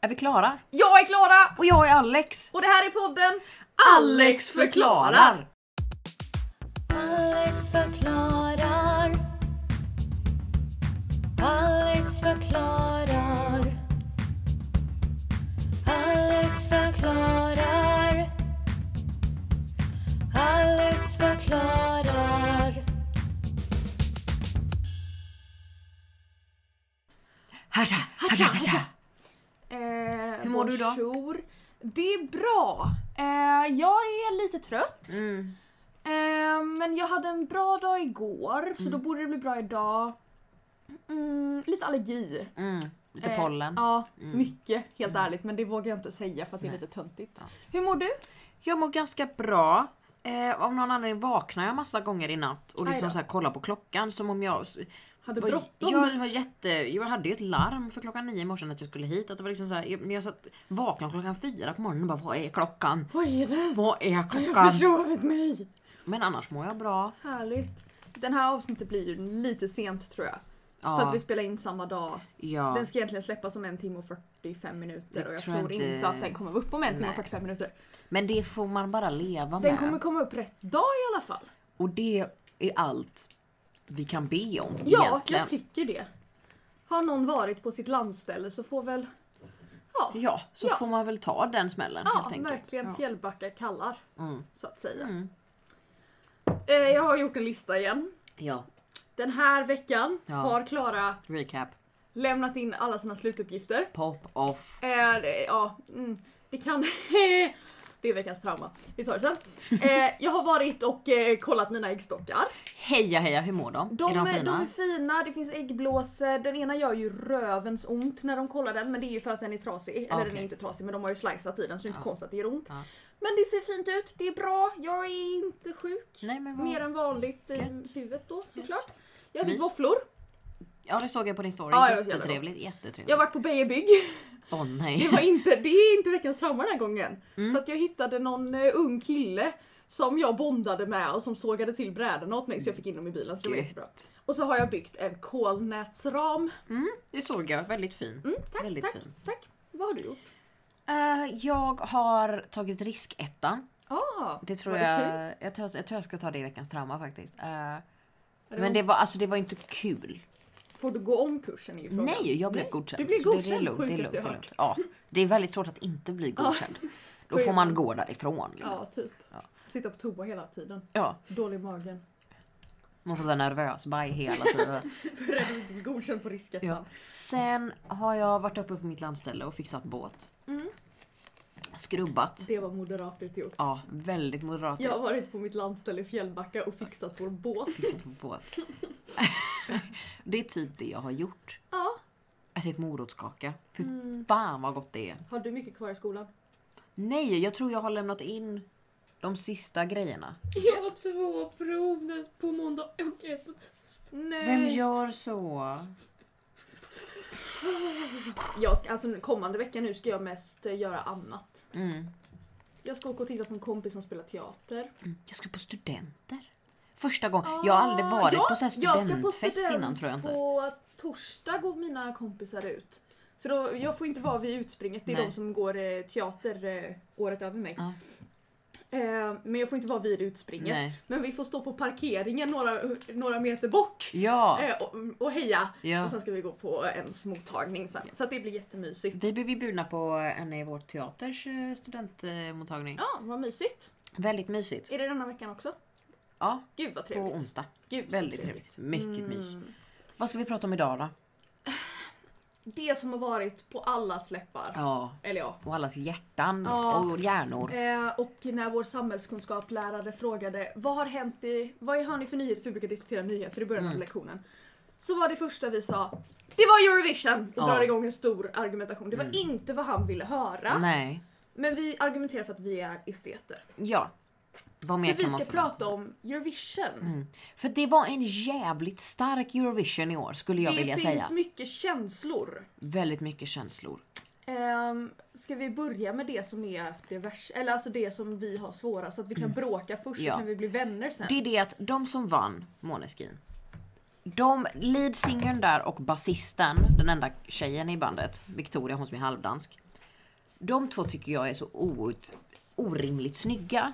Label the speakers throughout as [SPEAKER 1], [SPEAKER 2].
[SPEAKER 1] Är vi klara?
[SPEAKER 2] Jag är Klara!
[SPEAKER 1] Och jag är Alex.
[SPEAKER 2] Och det här är podden
[SPEAKER 3] Alex förklarar. Alex förklarar. Alex förklarar. Alex förklarar.
[SPEAKER 1] Hasha, hasha, hasha.
[SPEAKER 2] Eh,
[SPEAKER 1] Hur mår du idag?
[SPEAKER 2] bonjour. Det är bra. Eh, jag är lite trött.
[SPEAKER 1] Mm.
[SPEAKER 2] Eh, men jag hade en bra dag igår så då
[SPEAKER 1] Mm.
[SPEAKER 2] borde det bli bra idag. Mm, lite allergi.
[SPEAKER 1] Mm. Lite
[SPEAKER 2] Eh,
[SPEAKER 1] pollen. Mm.
[SPEAKER 2] Ja, mycket helt ärligt men det vågar jag inte säga för att det är lite töntigt. Hur mår du?
[SPEAKER 1] Jag mår ganska bra. Eh, av någon anledning vaknar jag massa gånger i natt och
[SPEAKER 2] Aj
[SPEAKER 1] liksom
[SPEAKER 2] då.
[SPEAKER 1] så här kollar på klockan som om jag...
[SPEAKER 2] Hade
[SPEAKER 1] var,
[SPEAKER 2] bråttom?
[SPEAKER 1] jag, var jätte, jag hade ju ett larm för klockan nio i morse att jag skulle hit. Att det var liksom så här, jag, men jag satt, vaknade klockan fyra på morgonen och bara vad är klockan?
[SPEAKER 2] Vad är det?
[SPEAKER 1] Vad är
[SPEAKER 2] Jag
[SPEAKER 1] klockan?
[SPEAKER 2] har försovit mig!
[SPEAKER 1] Men annars mår jag bra.
[SPEAKER 2] Härligt. Den här avsnittet blir ju lite sent tror jag. För att
[SPEAKER 1] Ja,
[SPEAKER 2] vi spelar in samma dag.
[SPEAKER 1] ja.
[SPEAKER 2] Den ska egentligen släppas om en timme och 45 minuter
[SPEAKER 1] Jag
[SPEAKER 2] och jag
[SPEAKER 1] tror
[SPEAKER 2] tror,
[SPEAKER 1] inte-
[SPEAKER 2] inte... att den kommer upp om en timme
[SPEAKER 1] Nej.
[SPEAKER 2] och 45 minuter.
[SPEAKER 1] Men det får man bara leva
[SPEAKER 2] Den
[SPEAKER 1] med.
[SPEAKER 2] kommer komma upp rätt dag i alla fall.
[SPEAKER 1] Och det är allt vi kan be om
[SPEAKER 2] Ja,
[SPEAKER 1] egentligen.
[SPEAKER 2] jag tycker det. Har någon varit på sitt landställe så får väl... Ja,
[SPEAKER 1] Ja, så
[SPEAKER 2] Ja.
[SPEAKER 1] får man väl ta den smällen
[SPEAKER 2] ja
[SPEAKER 1] helt enkelt.
[SPEAKER 2] verkligen
[SPEAKER 1] Ja.
[SPEAKER 2] Fjällbacka kallar.
[SPEAKER 1] Mm.
[SPEAKER 2] Så att säga.
[SPEAKER 1] Mm.
[SPEAKER 2] Eh, jag har gjort en lista igen.
[SPEAKER 1] Ja,
[SPEAKER 2] Den här veckan
[SPEAKER 1] Ja.
[SPEAKER 2] har Klara
[SPEAKER 1] recap.
[SPEAKER 2] lämnat in alla sina slutuppgifter.
[SPEAKER 1] Pop off.
[SPEAKER 2] Eh, det, ja, mm, det kan... det är veckans trauma. Vi tar det sen. Eh, jag har varit och eh, kollat mina äggstockar.
[SPEAKER 1] Heja heja, hur mår de?
[SPEAKER 2] De,
[SPEAKER 1] är de fina?
[SPEAKER 2] de är fina, det finns äggblåsor. Den ena gör ju rövens ont när de kollar den men det är ju för att den är trasig. Eller den
[SPEAKER 1] Ah, Okej. Ah.
[SPEAKER 2] är inte trasig men de har ju slicat i den så det är inte konstigt att det gör ont.
[SPEAKER 1] Ja.
[SPEAKER 2] Men det ser fint ut, det är bra, jag är inte sjuk.
[SPEAKER 1] Nej, men vad...
[SPEAKER 2] Mer än vanligt i
[SPEAKER 1] Ah. Gött.
[SPEAKER 2] huvudet då såklart. Jag har
[SPEAKER 1] Mys.
[SPEAKER 2] ätit våfflor,
[SPEAKER 1] Ja det såg jag på din story.
[SPEAKER 2] Ja, det var jävla
[SPEAKER 1] jättetrevligt, jättetrevligt.
[SPEAKER 2] jag har varit på Beijerbygg.
[SPEAKER 1] Åh
[SPEAKER 2] Det,
[SPEAKER 1] nej.
[SPEAKER 2] var inte, det är inte veckans trauma den här gången.
[SPEAKER 1] Mm.
[SPEAKER 2] För att jag hittade någon eh, ung kille som jag bondade med och som sågade till brädorna åt mig så jag fick in dem i bilen. Så det var
[SPEAKER 1] Gött.
[SPEAKER 2] jättebra. Och så har jag byggt en kolnätsram.
[SPEAKER 1] Det såg jag, väldigt fin.
[SPEAKER 2] Tack,
[SPEAKER 1] väldigt
[SPEAKER 2] tack,
[SPEAKER 1] fin.
[SPEAKER 2] tack. Vad har du gjort?
[SPEAKER 1] Eh, jag har tagit riskettan.
[SPEAKER 2] Ah,
[SPEAKER 1] Det tror
[SPEAKER 2] var kul?
[SPEAKER 1] jag... Jag tror, jag tror jag ska ta det i veckans trauma faktiskt. Eh,
[SPEAKER 2] var-
[SPEAKER 1] men det var, alltså, det var inte kul.
[SPEAKER 2] Får du gå om kursen i frågan?
[SPEAKER 1] Nej, jag blev godkänd.
[SPEAKER 2] Du blev
[SPEAKER 1] Så
[SPEAKER 2] godkänd,
[SPEAKER 1] det är lugnt, det är lugnt,
[SPEAKER 2] sjukaste
[SPEAKER 1] det
[SPEAKER 2] jag
[SPEAKER 1] är lugnt. Ja, det är väldigt svårt att inte bli godkänd. Då får man gå därifrån. Liksom. Ja.
[SPEAKER 2] Ja, typ. Sitta på toa hela tiden. Dålig i magen.
[SPEAKER 1] man får vara nervös, baj hela tiden.
[SPEAKER 2] För att du inte blir godkänd på risket.
[SPEAKER 1] ja. Sen har jag varit uppe på mitt landställe och fixat båt.
[SPEAKER 2] Mm.
[SPEAKER 1] Skrubbat.
[SPEAKER 2] Det var moderatet gjort.
[SPEAKER 1] Ja, väldigt moderat.
[SPEAKER 2] Jag har varit på mitt landställe i Fjällbacka och fixat vår båt.
[SPEAKER 1] Fixat på båt. det är typ det jag har gjort.
[SPEAKER 2] Ja. Mm.
[SPEAKER 1] Ätit morotskaka. Fy fan vad gott det är.
[SPEAKER 2] Har du mycket kvar i skolan?
[SPEAKER 1] Nej, jag tror jag har lämnat in de sista grejerna.
[SPEAKER 4] Jag har två prov näst- på måndag och ett på tisdag.
[SPEAKER 2] Nej.
[SPEAKER 1] Vem gör så?
[SPEAKER 2] Jag ska, alltså nu- kommande vecka nu ska jag mest eh, göra annat.
[SPEAKER 1] Mm.
[SPEAKER 2] Jag ska åka och titta på en kompis som spelar teater.
[SPEAKER 1] Jag ska på studenter. Första gången. jag har aldrig varit
[SPEAKER 2] Ah, Ja,
[SPEAKER 1] på så här
[SPEAKER 2] jag ska på
[SPEAKER 1] studentfest
[SPEAKER 2] student
[SPEAKER 1] innan tror jag inte.
[SPEAKER 2] På torsdag går mina kompisar ut. Så då, jag får inte vara vid utspringet, det är
[SPEAKER 1] Nej.
[SPEAKER 2] de som går eh, teater eh, året över mig.
[SPEAKER 1] Ja.
[SPEAKER 2] Eh, men jag får inte vara vid utspringet.
[SPEAKER 1] Nej.
[SPEAKER 2] Men vi får stå på parkeringen några, några meter bort
[SPEAKER 1] Ja,
[SPEAKER 2] eh, och, och heja.
[SPEAKER 1] ja.
[SPEAKER 2] Och sen ska vi gå på ens mottagning sen. Så att det blir jättemysigt.
[SPEAKER 1] Vi blev ju bjudna på en i vår teaters eh, studentmottagning.
[SPEAKER 2] Ja, vad mysigt.
[SPEAKER 1] Väldigt mysigt.
[SPEAKER 2] Är det denna veckan också?
[SPEAKER 1] Ja,
[SPEAKER 2] Gud vad
[SPEAKER 1] på
[SPEAKER 2] trevligt. Mm.
[SPEAKER 1] onsdag.
[SPEAKER 2] Gud, så
[SPEAKER 1] Väldigt trevligt. Mycket mys. Vad ska vi prata om idag då?
[SPEAKER 2] Det som har varit på alla släppar.
[SPEAKER 1] Ja,
[SPEAKER 2] Eller ja.
[SPEAKER 1] och allas hjärtan
[SPEAKER 2] Ja.
[SPEAKER 1] och hjärnor.
[SPEAKER 2] Eh, och när vår samhällskunskaplärare frågade vad har hänt i, vad har ni för nyheter? För vi brukar diskutera nyheter i början
[SPEAKER 1] Mm.
[SPEAKER 2] av lektionen. Så var det första vi sa, det var Eurovision! Och
[SPEAKER 1] Ja. Mm.
[SPEAKER 2] drar igång en stor argumentation. Det var inte vad han ville höra.
[SPEAKER 1] Nej.
[SPEAKER 2] Men vi argumenterar för att vi är esteter.
[SPEAKER 1] Ja. Vad mer
[SPEAKER 2] Så vi
[SPEAKER 1] kan man
[SPEAKER 2] ska
[SPEAKER 1] förvänta Mm.
[SPEAKER 2] prata om Eurovision.
[SPEAKER 1] För det var en jävligt stark Eurovision i år skulle jag
[SPEAKER 2] det
[SPEAKER 1] vilja
[SPEAKER 2] finns
[SPEAKER 1] säga.
[SPEAKER 2] mycket känslor.
[SPEAKER 1] Väldigt mycket känslor.
[SPEAKER 2] Um, ska vi börja med det som är det värsta, eller alltså det som vi har svårast, så att vi kan bråka först
[SPEAKER 1] Mm. Ja.
[SPEAKER 2] så kan vi bli vänner sen.
[SPEAKER 1] Det är det att de som vann Måneskin, de leadsingern där och basisten, den enda tjejen i bandet, Victoria, hon som är halvdansk. De två tycker jag är så out, orimligt snygga.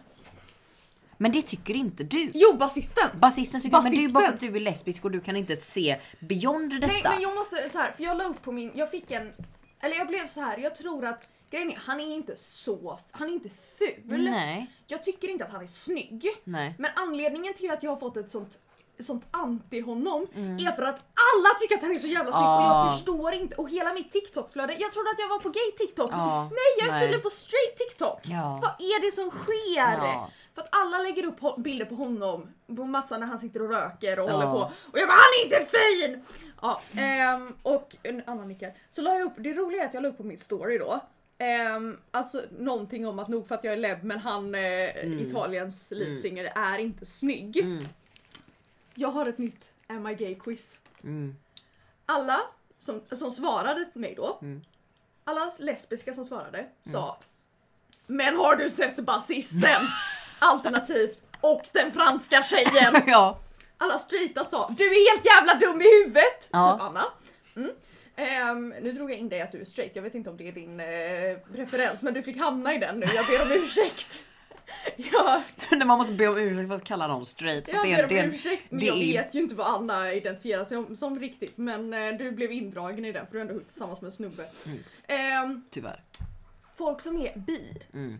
[SPEAKER 1] Men det tycker inte du.
[SPEAKER 2] Jo, basisten!
[SPEAKER 1] Basisten tycker men det är ju bara för att
[SPEAKER 2] Basisten.
[SPEAKER 1] du är lesbisk och du kan inte se beyond detta.
[SPEAKER 2] Nej men jag måste så här, för jag la upp på min, jag fick en, eller jag blev så här, jag tror att grejen är, han är inte så, han är inte ful.
[SPEAKER 1] Nej,
[SPEAKER 2] Jag tycker inte att han är snygg.
[SPEAKER 1] nej.
[SPEAKER 2] Men anledningen till att jag har fått ett sånt sånt anti honom är för att alla tycker att han är så jävla snygg och
[SPEAKER 1] Mm. Ah.
[SPEAKER 2] jag förstår inte och hela mitt TikTok-flöde, jag trodde att jag var på gay TikTok.
[SPEAKER 1] Ja,
[SPEAKER 2] nej jag är
[SPEAKER 1] Ah. nej.
[SPEAKER 2] tydligen på straight TikTok.
[SPEAKER 1] Ja.
[SPEAKER 2] Vad är det som sker?
[SPEAKER 1] Ja.
[SPEAKER 2] För att alla lägger upp ho- bilder på honom, på massa när han sitter och röker och
[SPEAKER 1] Ja.
[SPEAKER 2] håller på och jag bara han är inte fin! Ja, ehm, och en annan nickar. Så la jag upp, det roliga är att jag la upp på min story då Ehm, alltså någonting om att nog för att jag är lebb men han eh,
[SPEAKER 1] Mm.
[SPEAKER 2] Italiens leadsinger är inte snygg. Jag har ett nytt Am I gay quiz.
[SPEAKER 1] Mm.
[SPEAKER 2] Alla som, som svarade till mig då, alla lesbiska som svarade sa Men har du sett basisten? Alternativt och den franska tjejen.
[SPEAKER 1] Ja.
[SPEAKER 2] Alla straighta sa du är helt jävla dum i huvudet!
[SPEAKER 1] Ja.
[SPEAKER 2] Typ Anna. Mm. Ehm, nu drog jag in dig att du är straight, jag vet inte om det är din eh, referens men du fick hamna i den nu, jag ber om ursäkt. jag
[SPEAKER 1] När man måste be om ursäkt för att kalla dem straight.
[SPEAKER 2] jag
[SPEAKER 1] det,
[SPEAKER 2] ber om
[SPEAKER 1] det,
[SPEAKER 2] ursäkt men
[SPEAKER 1] det
[SPEAKER 2] jag
[SPEAKER 1] är-
[SPEAKER 2] vet ju inte vad Anna identifierar sig som, som riktigt men eh, du blev indragen i den för du har ändå huggit tillsammans med en snubbe.
[SPEAKER 1] Mm.
[SPEAKER 2] Ehm,
[SPEAKER 1] Tyvärr.
[SPEAKER 2] folk som är bi
[SPEAKER 1] Mm.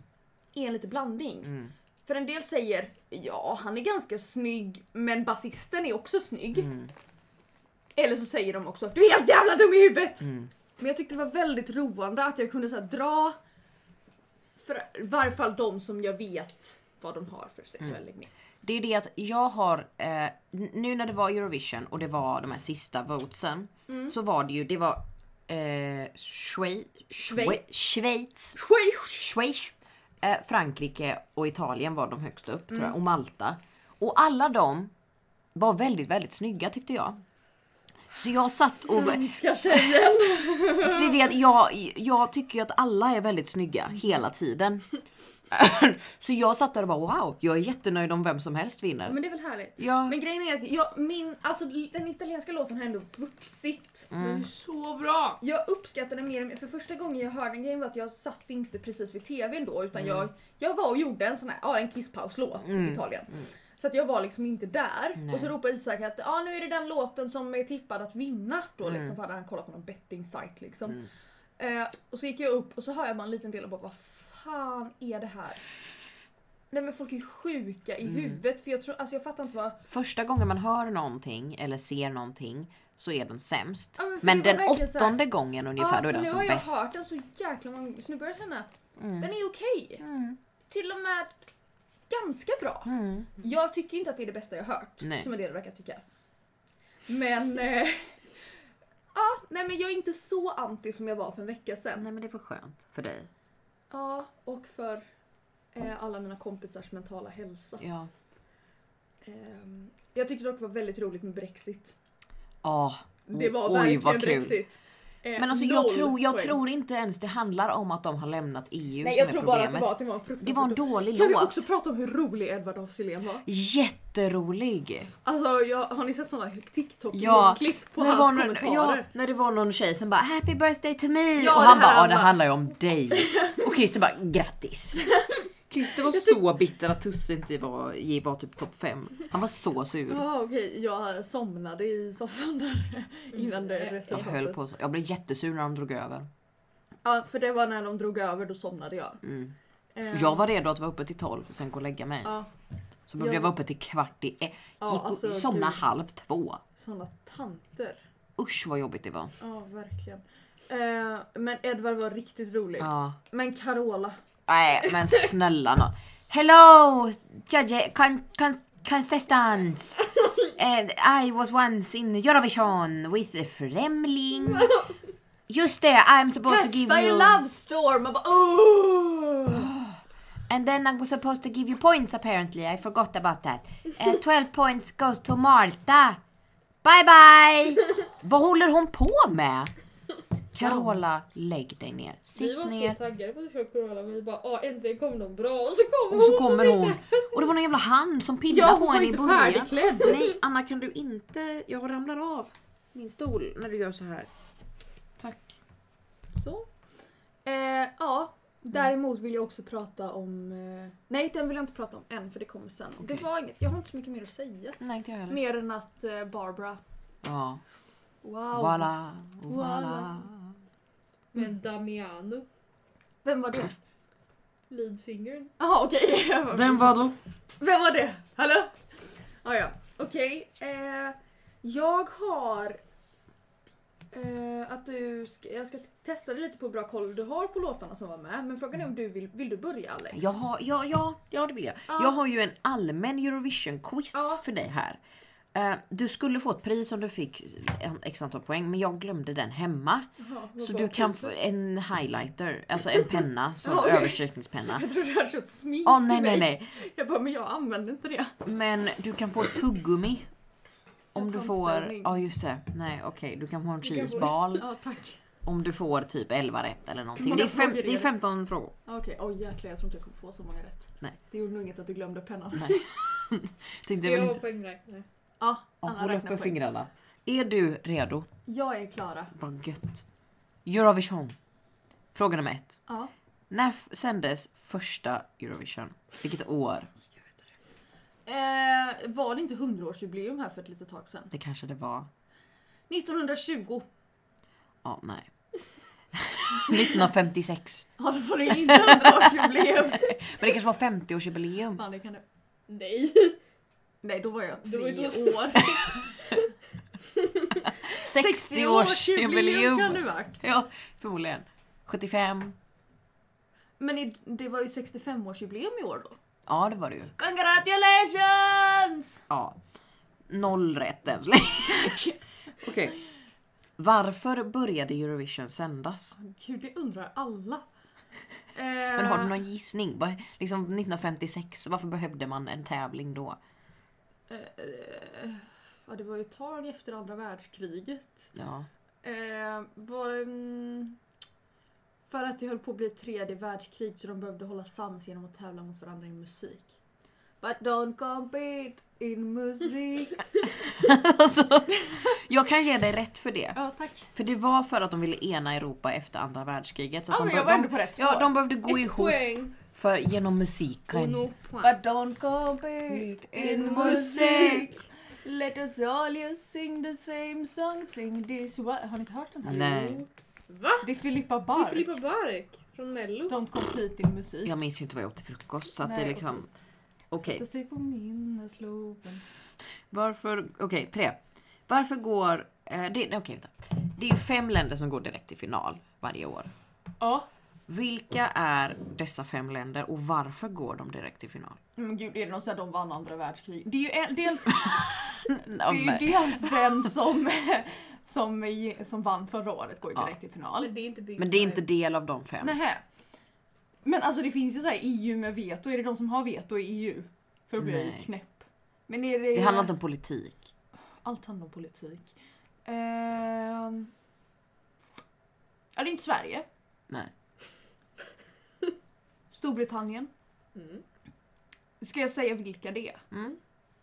[SPEAKER 2] är en liten blandning.
[SPEAKER 1] Mm.
[SPEAKER 2] För en del säger ja han är ganska snygg men basisten är också snygg.
[SPEAKER 1] Mm.
[SPEAKER 2] Eller så säger de också du är helt jävla dum i huvudet!
[SPEAKER 1] Mm.
[SPEAKER 2] Men jag tyckte det var väldigt roande att jag kunde så här dra för i varje fall de som jag vet vad de har för sexuell
[SPEAKER 1] Mm.
[SPEAKER 2] läggning.
[SPEAKER 1] Det är det att jag har, eh, nu när det var Eurovision och det var de här sista votesen. Så var det ju, det var eh, Schweiz, Schweiz, Schweiz, Schweiz eh, Frankrike och Italien var de högst upp tror jag, och Malta. Och alla de var väldigt, väldigt snygga tyckte jag. Så jag satt och...
[SPEAKER 2] Ska tjejen!
[SPEAKER 1] För det är det att jag, jag tycker ju att alla är väldigt snygga hela tiden. Så jag satt där och bara wow, jag är jättenöjd om vem som helst vinner.
[SPEAKER 2] Men det är väl härligt.
[SPEAKER 1] Ja.
[SPEAKER 2] Men grejen är att jag, min, alltså, den italienska låten har ändå vuxit.
[SPEAKER 4] Det är
[SPEAKER 1] Mm.
[SPEAKER 4] så bra!
[SPEAKER 2] Jag uppskattar den mer och mer. För första gången jag hörde den grejen var att jag satt inte precis vid tvn då utan jag, jag var och gjorde en sån här, ja en kisspauslåt i Italien. Så att jag var liksom inte där. Och så ropade Isak att ja nu är det den låten som är tippad att vinna. Då liksom, för hade han kollat på någon betting site liksom. Eh, och så gick jag upp och så hör jag bara en liten del och bara vad fan är det här? Nej men folk är sjuka i huvudet för jag tror, alltså jag fattar inte vad
[SPEAKER 1] Första gången man hör någonting eller ser någonting så är den sämst.
[SPEAKER 2] Ja, men för
[SPEAKER 1] men
[SPEAKER 2] det var
[SPEAKER 1] den
[SPEAKER 2] verkligen så här-
[SPEAKER 1] åttonde gången ungefär då är
[SPEAKER 2] för
[SPEAKER 1] den
[SPEAKER 2] nu
[SPEAKER 1] som
[SPEAKER 2] har jag
[SPEAKER 1] bäst. Mm.
[SPEAKER 2] hört den så jäkla många gånger så nu börjar jag känna den är okej. Till och med ganska bra. Jag tycker inte att det är det bästa jag har hört,
[SPEAKER 1] Mm. Nej.
[SPEAKER 2] som en del verkar tycka. Men... Eh, ja, nej men jag är inte så anti som jag var för en vecka sedan.
[SPEAKER 1] Nej men det var skönt för dig.
[SPEAKER 2] Ja, och för eh, alla mina kompisars mentala hälsa.
[SPEAKER 1] Ja.
[SPEAKER 2] Ehm, jag tyckte dock det var väldigt roligt med Brexit.
[SPEAKER 1] Ah,
[SPEAKER 2] Det var
[SPEAKER 1] oj,
[SPEAKER 2] verkligen
[SPEAKER 1] vad kul.
[SPEAKER 2] Brexit. Eh,
[SPEAKER 1] Men alltså jag
[SPEAKER 2] noll
[SPEAKER 1] tror, jag
[SPEAKER 2] poäng.
[SPEAKER 1] tror inte ens det handlar om att de har lämnat EU
[SPEAKER 2] Nej
[SPEAKER 1] som
[SPEAKER 2] jag
[SPEAKER 1] är
[SPEAKER 2] tror bara
[SPEAKER 1] problemet.
[SPEAKER 2] att det var, att det var en fruktansvärt
[SPEAKER 1] det var en dålig
[SPEAKER 2] Kan vi
[SPEAKER 1] låt.
[SPEAKER 2] också prata om hur rolig Edvard af Sillén var?
[SPEAKER 1] Jätterolig!
[SPEAKER 2] Alltså jag, har ni sett såna
[SPEAKER 1] Ja,
[SPEAKER 2] TikTok-klipp på
[SPEAKER 1] när det
[SPEAKER 2] hans
[SPEAKER 1] var någon, ja,
[SPEAKER 2] kommentarer?
[SPEAKER 1] när det var någon tjej som bara “Happy birthday to me”
[SPEAKER 2] Ja,
[SPEAKER 1] och
[SPEAKER 2] det
[SPEAKER 1] han
[SPEAKER 2] här
[SPEAKER 1] bara “Ja, det
[SPEAKER 2] var-
[SPEAKER 1] handlar ju om dig” och Christer bara “Grattis”. Christer var så bitter att Tusse inte var, var typ topp 5. Han var så sur.
[SPEAKER 2] Ja, okej, jag somnade i soffan där innan det
[SPEAKER 1] Mm, Jag
[SPEAKER 2] resultatet.
[SPEAKER 1] höll på så. Jag blev jättesur när de drog över.
[SPEAKER 2] Ja, för det var när de drog över, då somnade jag. Eh,
[SPEAKER 1] Mm. Jag var redo att vara uppe till 12 och sen gå och lägga mig.
[SPEAKER 2] Ja,
[SPEAKER 1] Så behövde jag vara uppe till kvart i ett.
[SPEAKER 2] Ja,
[SPEAKER 1] Gick
[SPEAKER 2] alltså,
[SPEAKER 1] och somnade
[SPEAKER 2] gud.
[SPEAKER 1] halv två.
[SPEAKER 2] såna tanter.
[SPEAKER 1] Usch vad jobbigt det var.
[SPEAKER 2] Ja, verkligen. Eh, men Edvard var riktigt rolig.
[SPEAKER 1] Ja.
[SPEAKER 2] Men Carola.
[SPEAKER 1] Nej men snälla nån. Hello! Judge, con, con, contestants! And I was once in Eurovision with a främling. Just det, I'm supposed to
[SPEAKER 2] Catch
[SPEAKER 1] give
[SPEAKER 2] by
[SPEAKER 1] you...
[SPEAKER 2] a love storm! Man bara
[SPEAKER 1] Ah,
[SPEAKER 2] oh!
[SPEAKER 1] And then I was supposed to give you points apparently. I forgot about that. Eh, 12 points goes to Marta. Bye bye! Vad håller hon på med? Carola, lägg dig ner.
[SPEAKER 4] Vi
[SPEAKER 1] Sitt
[SPEAKER 4] var
[SPEAKER 1] ner.
[SPEAKER 4] så taggade på att skulle Corolla men vi bara ah, äntligen kom någon bra och så kom
[SPEAKER 1] Och så kommer hon. Och det var någon jävla hand som pillade
[SPEAKER 2] Ja,
[SPEAKER 1] på
[SPEAKER 2] hon var
[SPEAKER 1] henne i
[SPEAKER 2] inte
[SPEAKER 1] början.
[SPEAKER 2] färdigklädd.
[SPEAKER 1] Nej, Anna kan du inte... Jag ramlar av min stol när du gör så här. Tack.
[SPEAKER 2] Så. Eh, ja,
[SPEAKER 1] Mm.
[SPEAKER 2] Däremot vill jag också prata om... eh, Nej, den vill jag inte prata om än för det kommer sen. Det var inget, jag har inte så mycket mer att säga.
[SPEAKER 1] Nej inte jag heller.
[SPEAKER 2] Mer än att eh, Barbara,
[SPEAKER 1] Ja.
[SPEAKER 2] wow.
[SPEAKER 1] Voila,
[SPEAKER 2] Voila.
[SPEAKER 1] voila.
[SPEAKER 4] Men Damiano,
[SPEAKER 2] Vem var det?
[SPEAKER 4] leadfingern.
[SPEAKER 2] Jaha okej. Jag bara-
[SPEAKER 1] Den var då?
[SPEAKER 2] Vem var det? Hallå? Ah, ja. Okej. Eh, jag har... Eh, att du ska, jag ska testa dig lite på hur bra koll du har på låtarna som var med. Men frågan är om du vill, vill du börja Alex?
[SPEAKER 1] Jag har, ja, ja, ja, det vill jag.
[SPEAKER 2] Ja.
[SPEAKER 1] Jag har ju en allmän Eurovision-quiz
[SPEAKER 2] Ja.
[SPEAKER 1] för dig här. Eh, Du skulle få ett pris om du fick en- x antal poäng, men jag glömde den hemma.
[SPEAKER 2] Jaha, vad
[SPEAKER 1] Så
[SPEAKER 2] var
[SPEAKER 1] du kan få
[SPEAKER 2] priset?
[SPEAKER 1] en highlighter, alltså en penna, som
[SPEAKER 2] Ja, okej.
[SPEAKER 1] överstrykningspenna.
[SPEAKER 2] Jag trodde du hade köpt smink
[SPEAKER 1] Åh
[SPEAKER 2] till
[SPEAKER 1] nej, nej,
[SPEAKER 2] mig.
[SPEAKER 1] nej.
[SPEAKER 2] Jag bara, men jag använder inte det.
[SPEAKER 1] Men du kan få ett tuggummi. Om
[SPEAKER 2] En
[SPEAKER 1] du får...
[SPEAKER 2] tandställning.
[SPEAKER 1] Ja just det. Nej okej, du kan få en
[SPEAKER 4] kan få-
[SPEAKER 1] cheeseball.
[SPEAKER 2] Ja, tack.
[SPEAKER 1] Om du får typ 11 rätt eller någonting.
[SPEAKER 2] många
[SPEAKER 1] Det är, fem,
[SPEAKER 2] frågor är
[SPEAKER 1] det är
[SPEAKER 2] det?
[SPEAKER 1] 15 frågor.
[SPEAKER 2] Ja, Okej, oj jäklar jag tror inte jag kommer få så många rätt.
[SPEAKER 1] Nej.
[SPEAKER 2] Det gjorde nog inget att du glömde pennan.
[SPEAKER 1] Tänkte
[SPEAKER 4] Ska
[SPEAKER 1] jag
[SPEAKER 4] jag
[SPEAKER 1] väl
[SPEAKER 4] vara
[SPEAKER 1] inte...
[SPEAKER 4] poängräknare?
[SPEAKER 2] Ja,
[SPEAKER 1] Ja,
[SPEAKER 2] Anna
[SPEAKER 1] håll
[SPEAKER 2] räknar
[SPEAKER 1] uppe
[SPEAKER 2] poäng.
[SPEAKER 1] fingrarna. Är du redo?
[SPEAKER 2] Jag är Klara.
[SPEAKER 1] Vad gött. Eurovision. Fråga nummer ett.
[SPEAKER 2] Ja.
[SPEAKER 1] När f- sändes första Eurovision? Vilket år?
[SPEAKER 2] Eh, var det inte 100-årsjubileum här för ett litet tag sedan?
[SPEAKER 1] Det kanske det var.
[SPEAKER 2] 1920.
[SPEAKER 1] Ja, nej. 1956.
[SPEAKER 2] Ja, då var det inte 100-årsjubileum.
[SPEAKER 1] Men det kanske var 50-årsjubileum.
[SPEAKER 2] Fan, det kan det.
[SPEAKER 4] Nej!
[SPEAKER 2] Nej, då var jag
[SPEAKER 4] Då var
[SPEAKER 2] tre
[SPEAKER 4] det då-
[SPEAKER 2] år. 60-årsjubileum kan
[SPEAKER 1] 60-årsjubileum.
[SPEAKER 2] det varit.
[SPEAKER 1] Ja, förmodligen. 75.
[SPEAKER 2] Men i- det var ju 65-årsjubileum i år då.
[SPEAKER 1] Ja, det var det ju.
[SPEAKER 2] Congratulations!
[SPEAKER 1] Ja. Noll rätt än så länge. Okej. Varför började Eurovision sändas?
[SPEAKER 2] Gud, det undrar alla. Eh,
[SPEAKER 1] Men har du någon gissning? Vad- Liksom 1956, varför behövde man en tävling då?
[SPEAKER 2] Eh, ja, det var ju ett tag efter andra världskriget.
[SPEAKER 1] Ja.
[SPEAKER 2] Eh, var det, mm, för att det höll på att bli ett tredje världskrig så de behövde hålla sams genom att tävla mot varandra i musik. But don't compete in musik.
[SPEAKER 1] Alltså, jag kan ge dig rätt för det.
[SPEAKER 2] ja, tack.
[SPEAKER 1] För det var för att de ville ena Europa efter andra världskriget. Så att
[SPEAKER 2] Ja,
[SPEAKER 1] de,
[SPEAKER 2] men jag
[SPEAKER 1] behö-
[SPEAKER 2] var ändå
[SPEAKER 1] de,
[SPEAKER 2] på rätt spår.
[SPEAKER 1] ja, de behövde gå
[SPEAKER 4] Ett
[SPEAKER 1] ihop
[SPEAKER 4] poäng
[SPEAKER 1] för, genom musiken.
[SPEAKER 4] och no poäng.
[SPEAKER 2] But don't compete in musik. Let us all you sing the same song, sing this one. Har ni inte hört den här?
[SPEAKER 1] Nej,
[SPEAKER 4] Va?
[SPEAKER 2] Det är Filippa
[SPEAKER 4] Det är
[SPEAKER 2] Bark.
[SPEAKER 4] Filippa Bark från mello.
[SPEAKER 2] Don't compete in musik.
[SPEAKER 1] jag minns ju inte vad jag åt till frukost så att det
[SPEAKER 2] Nej,
[SPEAKER 1] är liksom... Okej,
[SPEAKER 2] Sätta sig på minnesloben.
[SPEAKER 1] varför... Okej, tre. Varför går... Eh, det, nej, okej, vänta. Det är ju fem länder som går direkt till final varje år.
[SPEAKER 2] Ja.
[SPEAKER 1] Vilka är dessa fem länder och varför går de direkt till final?
[SPEAKER 2] Men gud, är det någon så här de vann andra världskriget? Det är ju en- dels, det
[SPEAKER 4] Mm,
[SPEAKER 1] Ja,
[SPEAKER 2] är ju
[SPEAKER 1] nej.
[SPEAKER 2] dels den som, som, som vann förra året går ju
[SPEAKER 1] Ja.
[SPEAKER 2] direkt till final.
[SPEAKER 4] Men det är inte Big
[SPEAKER 1] Men det är inte
[SPEAKER 4] Five.
[SPEAKER 1] del av de fem.
[SPEAKER 2] Nähä. Men alltså det finns ju så här EU med veto, är det de som har veto i EU? För då blir jag ju
[SPEAKER 1] Nej.
[SPEAKER 2] knäpp. Men är det,
[SPEAKER 1] Det handlar inte om politik.
[SPEAKER 2] Allt handlar om politik. Ehm. Ja, det är inte Sverige.
[SPEAKER 1] Nej.
[SPEAKER 2] Storbritannien.
[SPEAKER 4] Mm.
[SPEAKER 2] Ska jag säga vilka det är?
[SPEAKER 1] Mm.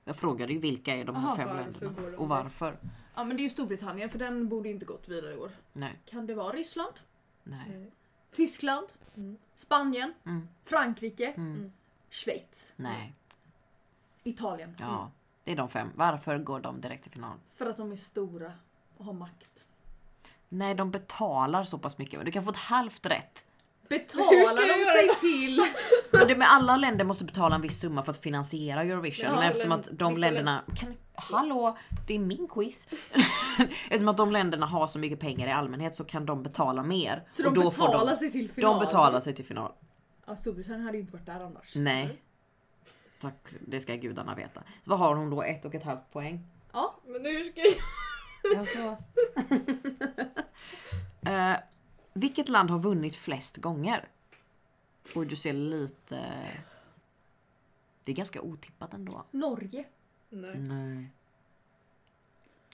[SPEAKER 1] Jag frågade ju vilka är de här
[SPEAKER 2] Aha,
[SPEAKER 1] fem
[SPEAKER 4] varför går de
[SPEAKER 1] länderna
[SPEAKER 4] dit?
[SPEAKER 1] och varför.
[SPEAKER 2] Ja men det är ju Storbritannien för den borde ju inte gått vidare i år.
[SPEAKER 1] Nej,
[SPEAKER 2] Kan det vara Ryssland?
[SPEAKER 1] nej.
[SPEAKER 4] Nej.
[SPEAKER 2] Tyskland?
[SPEAKER 4] Mm.
[SPEAKER 2] Spanien?
[SPEAKER 1] Mm.
[SPEAKER 2] Frankrike?
[SPEAKER 1] Mm.
[SPEAKER 4] Mm.
[SPEAKER 2] Schweiz?
[SPEAKER 1] Nej,
[SPEAKER 2] Italien?
[SPEAKER 1] ja. Det är de fem. Varför går de direkt till final?
[SPEAKER 2] För att de är stora och har makt.
[SPEAKER 1] Nej, de betalar så pass mycket. Du kan få ett halvt rätt.
[SPEAKER 4] Hur ska
[SPEAKER 2] Betalar
[SPEAKER 4] jag
[SPEAKER 2] de
[SPEAKER 4] göra
[SPEAKER 2] sig
[SPEAKER 4] då?
[SPEAKER 2] till...
[SPEAKER 1] Men det med alla länder måste betala en viss summa för att finansiera Eurovision.
[SPEAKER 4] Ja,
[SPEAKER 1] men eftersom att
[SPEAKER 4] eller-
[SPEAKER 1] de
[SPEAKER 4] vissa
[SPEAKER 1] länderna... Kan, hallå, det är min quiz. eftersom att de länderna har så mycket pengar i allmänhet så kan de betala mer.
[SPEAKER 2] Så de
[SPEAKER 1] och då får
[SPEAKER 2] betalar
[SPEAKER 1] de,
[SPEAKER 2] sig till final?
[SPEAKER 1] de betalar sig till final.
[SPEAKER 2] Ja, Storbritannien hade ju inte varit där annars.
[SPEAKER 1] Nej. Tack, det ska gudarna veta. Så vad har hon då? Ett och ett halvt poäng.
[SPEAKER 2] Ja,
[SPEAKER 4] Men hur ska jag...
[SPEAKER 1] Alltså. eh, vilket land har vunnit flest gånger? Och du ser lite... Det är ganska otippat ändå.
[SPEAKER 2] Norge.
[SPEAKER 4] Nej.
[SPEAKER 1] Nej.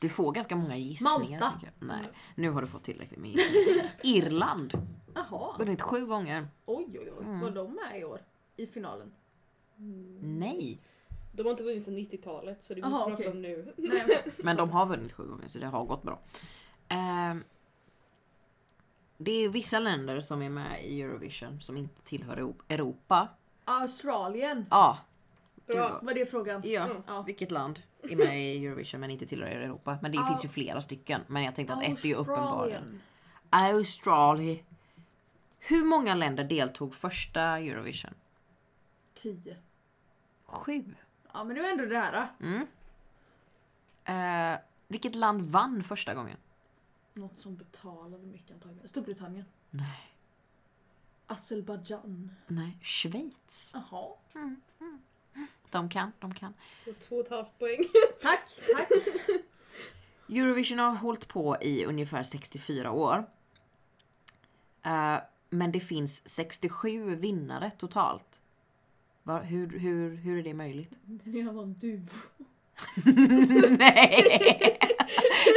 [SPEAKER 1] Du får ganska många gissningar.
[SPEAKER 2] Malta.
[SPEAKER 1] tycker Jag. Nej, nu har du fått tillräckligt med gissningar. Irland.
[SPEAKER 2] Jaha,
[SPEAKER 1] Vunnit sju gånger.
[SPEAKER 2] oj oj oj. Var de med i år? I finalen?
[SPEAKER 1] Mm. Nej.
[SPEAKER 4] Mm. De har inte vunnit sedan 90-talet så det går
[SPEAKER 2] Aha,
[SPEAKER 4] inte att prata
[SPEAKER 2] okej.
[SPEAKER 4] om nu.
[SPEAKER 2] Nej, okej.
[SPEAKER 1] Men de har vunnit sju gånger så det har gått bra. Eh, Ehm, Det är vissa länder som är med i Eurovision som inte tillhör Euro- Europa.
[SPEAKER 2] Australien
[SPEAKER 1] Ja,
[SPEAKER 4] Bra.
[SPEAKER 2] var det frågan.
[SPEAKER 1] ja.
[SPEAKER 4] Mm.
[SPEAKER 2] Ja.
[SPEAKER 1] vilket land är med i Eurovision men inte tillhör Europa? Men det
[SPEAKER 2] Au-
[SPEAKER 1] finns ju flera stycken. Men jag tänkte att ett är ju uppenbarligen.
[SPEAKER 2] Ah. Australien.
[SPEAKER 1] Australien. Hur många länder deltog första Eurovision?
[SPEAKER 2] Tio.
[SPEAKER 1] Sju.
[SPEAKER 2] Ja men det var ändå det här. då.
[SPEAKER 1] Mm. Eh, vilket land vann första gången?
[SPEAKER 2] Något som betalade mycket antagligen. Storbritannien.
[SPEAKER 1] Nej.
[SPEAKER 2] Azerbajdzjan.
[SPEAKER 1] Nej, Schweiz.
[SPEAKER 2] Jaha.
[SPEAKER 1] De kan, de kan.
[SPEAKER 4] Och två och ett halvt poäng.
[SPEAKER 2] Tack, tack.
[SPEAKER 1] Eurovision har hållit på i ungefär 64 år. Eh, men det finns 67 vinnare totalt. Var, hur, hur, hur är det möjligt?
[SPEAKER 2] Den ena var en duva.
[SPEAKER 1] Nej!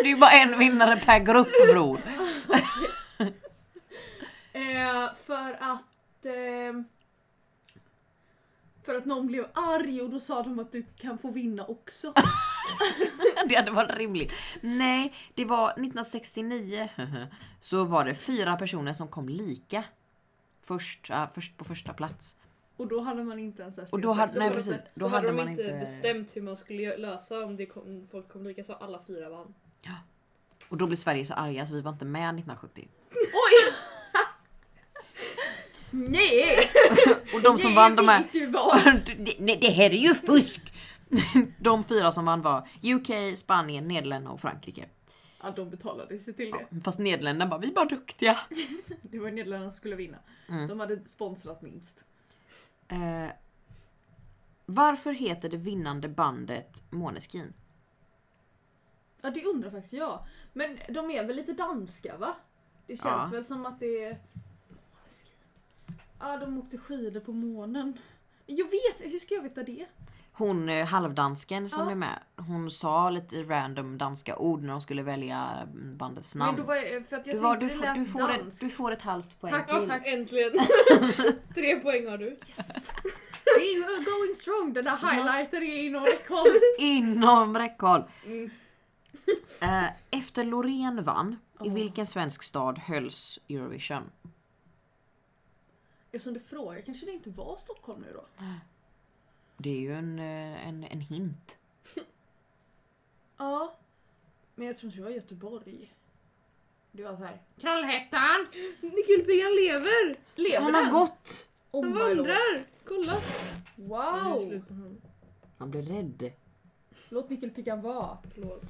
[SPEAKER 1] Det är ju bara en vinnare per grupp bror.
[SPEAKER 2] Eh, för att... Eh, för att någon blev arg och då sa de att du kan få vinna också.
[SPEAKER 1] Det hade varit rimligt. Nej, det var 1969 så var det fyra personer som kom lika. Först, ja, först på första plats. Och
[SPEAKER 2] Och då hade man inte ens ens
[SPEAKER 1] då hade- nej,
[SPEAKER 2] det.
[SPEAKER 1] precis.
[SPEAKER 4] Då, hade de inte bestämt hur man skulle gö- lösa om det kom, folk kom lika så alla fyra vann.
[SPEAKER 1] Och då blev Sverige så arga så vi var inte med 1970.
[SPEAKER 2] Oj! Nej!
[SPEAKER 1] Och de som
[SPEAKER 2] Nej,
[SPEAKER 1] vann de här...
[SPEAKER 2] vet du vad?
[SPEAKER 1] det, nej, det här är ju fusk! De fyra som vann var UK, Spanien, Nederländerna och Frankrike.
[SPEAKER 2] Ja, de betalade sig till det.
[SPEAKER 1] Fast Nederländerna bara, vi är bara duktiga.
[SPEAKER 2] Det var Nederländerna som skulle vinna.
[SPEAKER 1] Mm.
[SPEAKER 2] De hade sponsrat minst.
[SPEAKER 1] Eh, varför heter det vinnande bandet Måneskin?
[SPEAKER 2] Ja, det undrar faktiskt jag. Men de är väl lite danska va? Det känns
[SPEAKER 1] Ja.
[SPEAKER 2] väl som att det är... Ja, de åkte skidor på månen. Jag vet! Hur ska jag veta det?
[SPEAKER 1] Hon eh, halvdansken som
[SPEAKER 2] Ja.
[SPEAKER 1] är med, hon sa lite random danska ord när de skulle välja mm, bandets namn.
[SPEAKER 2] Men då var jag, för att jag
[SPEAKER 1] du, var,
[SPEAKER 2] tänkte
[SPEAKER 1] du, får, du,
[SPEAKER 2] det lät
[SPEAKER 1] får ett,
[SPEAKER 2] danskt.
[SPEAKER 1] du får ett halvt poäng
[SPEAKER 2] Tack,
[SPEAKER 1] till.
[SPEAKER 2] tack.
[SPEAKER 4] Äntligen! Tre poäng har du.
[SPEAKER 2] Yes. Det är ju uh, going strong, den där highlighten är inom räckhåll.
[SPEAKER 1] Inom räckhåll.
[SPEAKER 4] Mm.
[SPEAKER 1] Eh, efter Loreen vann, i
[SPEAKER 2] Åh.
[SPEAKER 1] vilken svensk stad hölls Eurovision?
[SPEAKER 2] Eftersom du frågar kanske det inte var Stockholm nu då?
[SPEAKER 1] Det är ju en, eh, en, en hint.
[SPEAKER 2] Ja. Men jag tror inte det var Göteborg. Det var så här. Trollhättan!
[SPEAKER 4] Nyckelpigan lever!
[SPEAKER 2] Lever
[SPEAKER 1] Han
[SPEAKER 2] den?
[SPEAKER 1] har gått!
[SPEAKER 2] Oh
[SPEAKER 4] Han
[SPEAKER 2] my lord.
[SPEAKER 4] vandrar! Kolla!
[SPEAKER 2] Wow!
[SPEAKER 1] Han blev rädd.
[SPEAKER 2] Låt nyckelpikan vara.
[SPEAKER 4] Förlåt.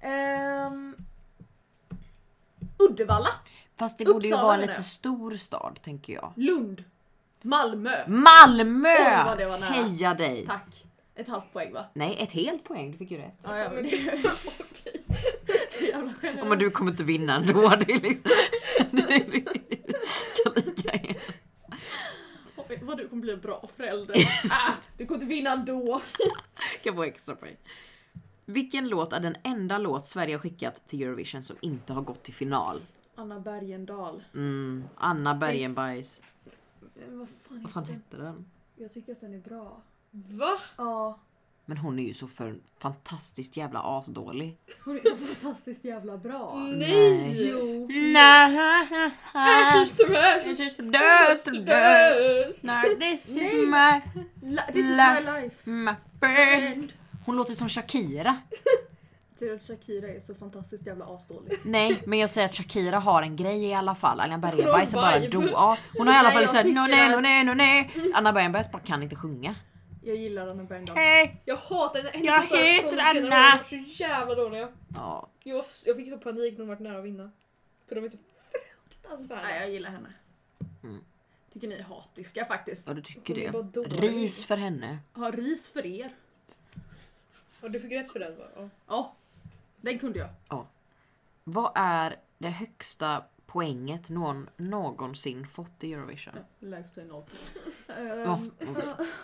[SPEAKER 2] Ehm, Uddevalla,
[SPEAKER 1] Fast det borde ju
[SPEAKER 2] Uppsala
[SPEAKER 1] vara en
[SPEAKER 2] menar
[SPEAKER 1] lite
[SPEAKER 2] jag.
[SPEAKER 1] stor stad tänker jag.
[SPEAKER 2] Lund, Malmö.
[SPEAKER 1] Malmö!
[SPEAKER 2] Oj, vad det var nära.
[SPEAKER 1] Heja dig!
[SPEAKER 2] Tack. Ett halvt poäng va?
[SPEAKER 1] Nej, ett helt poäng. Du fick ju rätt.
[SPEAKER 2] Ja, ja, men det är jävla
[SPEAKER 1] Ja,
[SPEAKER 2] generöst.
[SPEAKER 1] men du kommer inte vinna ändå. Det är liksom... Det är lika igen.
[SPEAKER 2] Hoppas- Vad du kommer bli en bra förälder. ah, du kommer inte vinna ändå.
[SPEAKER 1] kan få extra poäng. Vilken låt är den enda låt Sverige har skickat till Eurovision som inte har gått till final?
[SPEAKER 2] Anna Bergendahl.
[SPEAKER 1] Mm, Anna Bergenbajs.
[SPEAKER 2] Men Eh, vad fan,
[SPEAKER 1] Vad fan
[SPEAKER 2] heter
[SPEAKER 1] hette den?
[SPEAKER 2] den? Jag tycker att den är bra.
[SPEAKER 4] Va?
[SPEAKER 2] Ja,
[SPEAKER 1] Men hon är ju så för fantastiskt jävla asdålig.
[SPEAKER 2] hon är fantastiskt jävla bra.
[SPEAKER 1] Nej.
[SPEAKER 2] Jo.
[SPEAKER 4] Här syster, här syster! Döst!
[SPEAKER 1] Now this is my,
[SPEAKER 2] La, this is
[SPEAKER 1] La-
[SPEAKER 2] my life.
[SPEAKER 1] my friend. Hon låter som Shakira.
[SPEAKER 2] Ser du att Shakira är så fantastiskt jävla asdålig?
[SPEAKER 1] Nej, men jag säger att Shakira har en grej i alla fall. Anna Bergenberg
[SPEAKER 4] har
[SPEAKER 1] som bara
[SPEAKER 4] vibe.
[SPEAKER 1] do. Ja, hon har i alla
[SPEAKER 2] Nej,
[SPEAKER 1] fall
[SPEAKER 2] jag
[SPEAKER 1] såhär
[SPEAKER 2] tycker
[SPEAKER 1] no nej,
[SPEAKER 2] att-
[SPEAKER 1] no nej, no nej. Anna Bergenberg bara kan inte sjunga.
[SPEAKER 2] Jag gillar Anna Bergendahl.
[SPEAKER 1] Hej!
[SPEAKER 4] Jag hatar henne!
[SPEAKER 1] Jag
[SPEAKER 4] låtar från
[SPEAKER 1] heter
[SPEAKER 4] de senare åren
[SPEAKER 1] Anna.
[SPEAKER 4] var Så jävla dåliga.
[SPEAKER 1] Ja,
[SPEAKER 4] Jag, jag fick så panik när de varit nära att vinna. För de är så fruktansvärda.
[SPEAKER 2] Nej, jag gillar henne.
[SPEAKER 1] Mm.
[SPEAKER 2] Tycker ni är hatiska faktiskt.
[SPEAKER 1] ja du tycker
[SPEAKER 4] Hon är bara
[SPEAKER 1] det.
[SPEAKER 4] dålig.
[SPEAKER 1] Ris för henne.
[SPEAKER 2] Har ris för er.
[SPEAKER 4] Ja, du fick rätt för den va? Ja.
[SPEAKER 2] Ja, den kunde jag.
[SPEAKER 1] Vad är det högsta poänget någon någonsin fått i Eurovision?
[SPEAKER 2] Lägsta är noll.
[SPEAKER 1] Ja,
[SPEAKER 2] Ehm,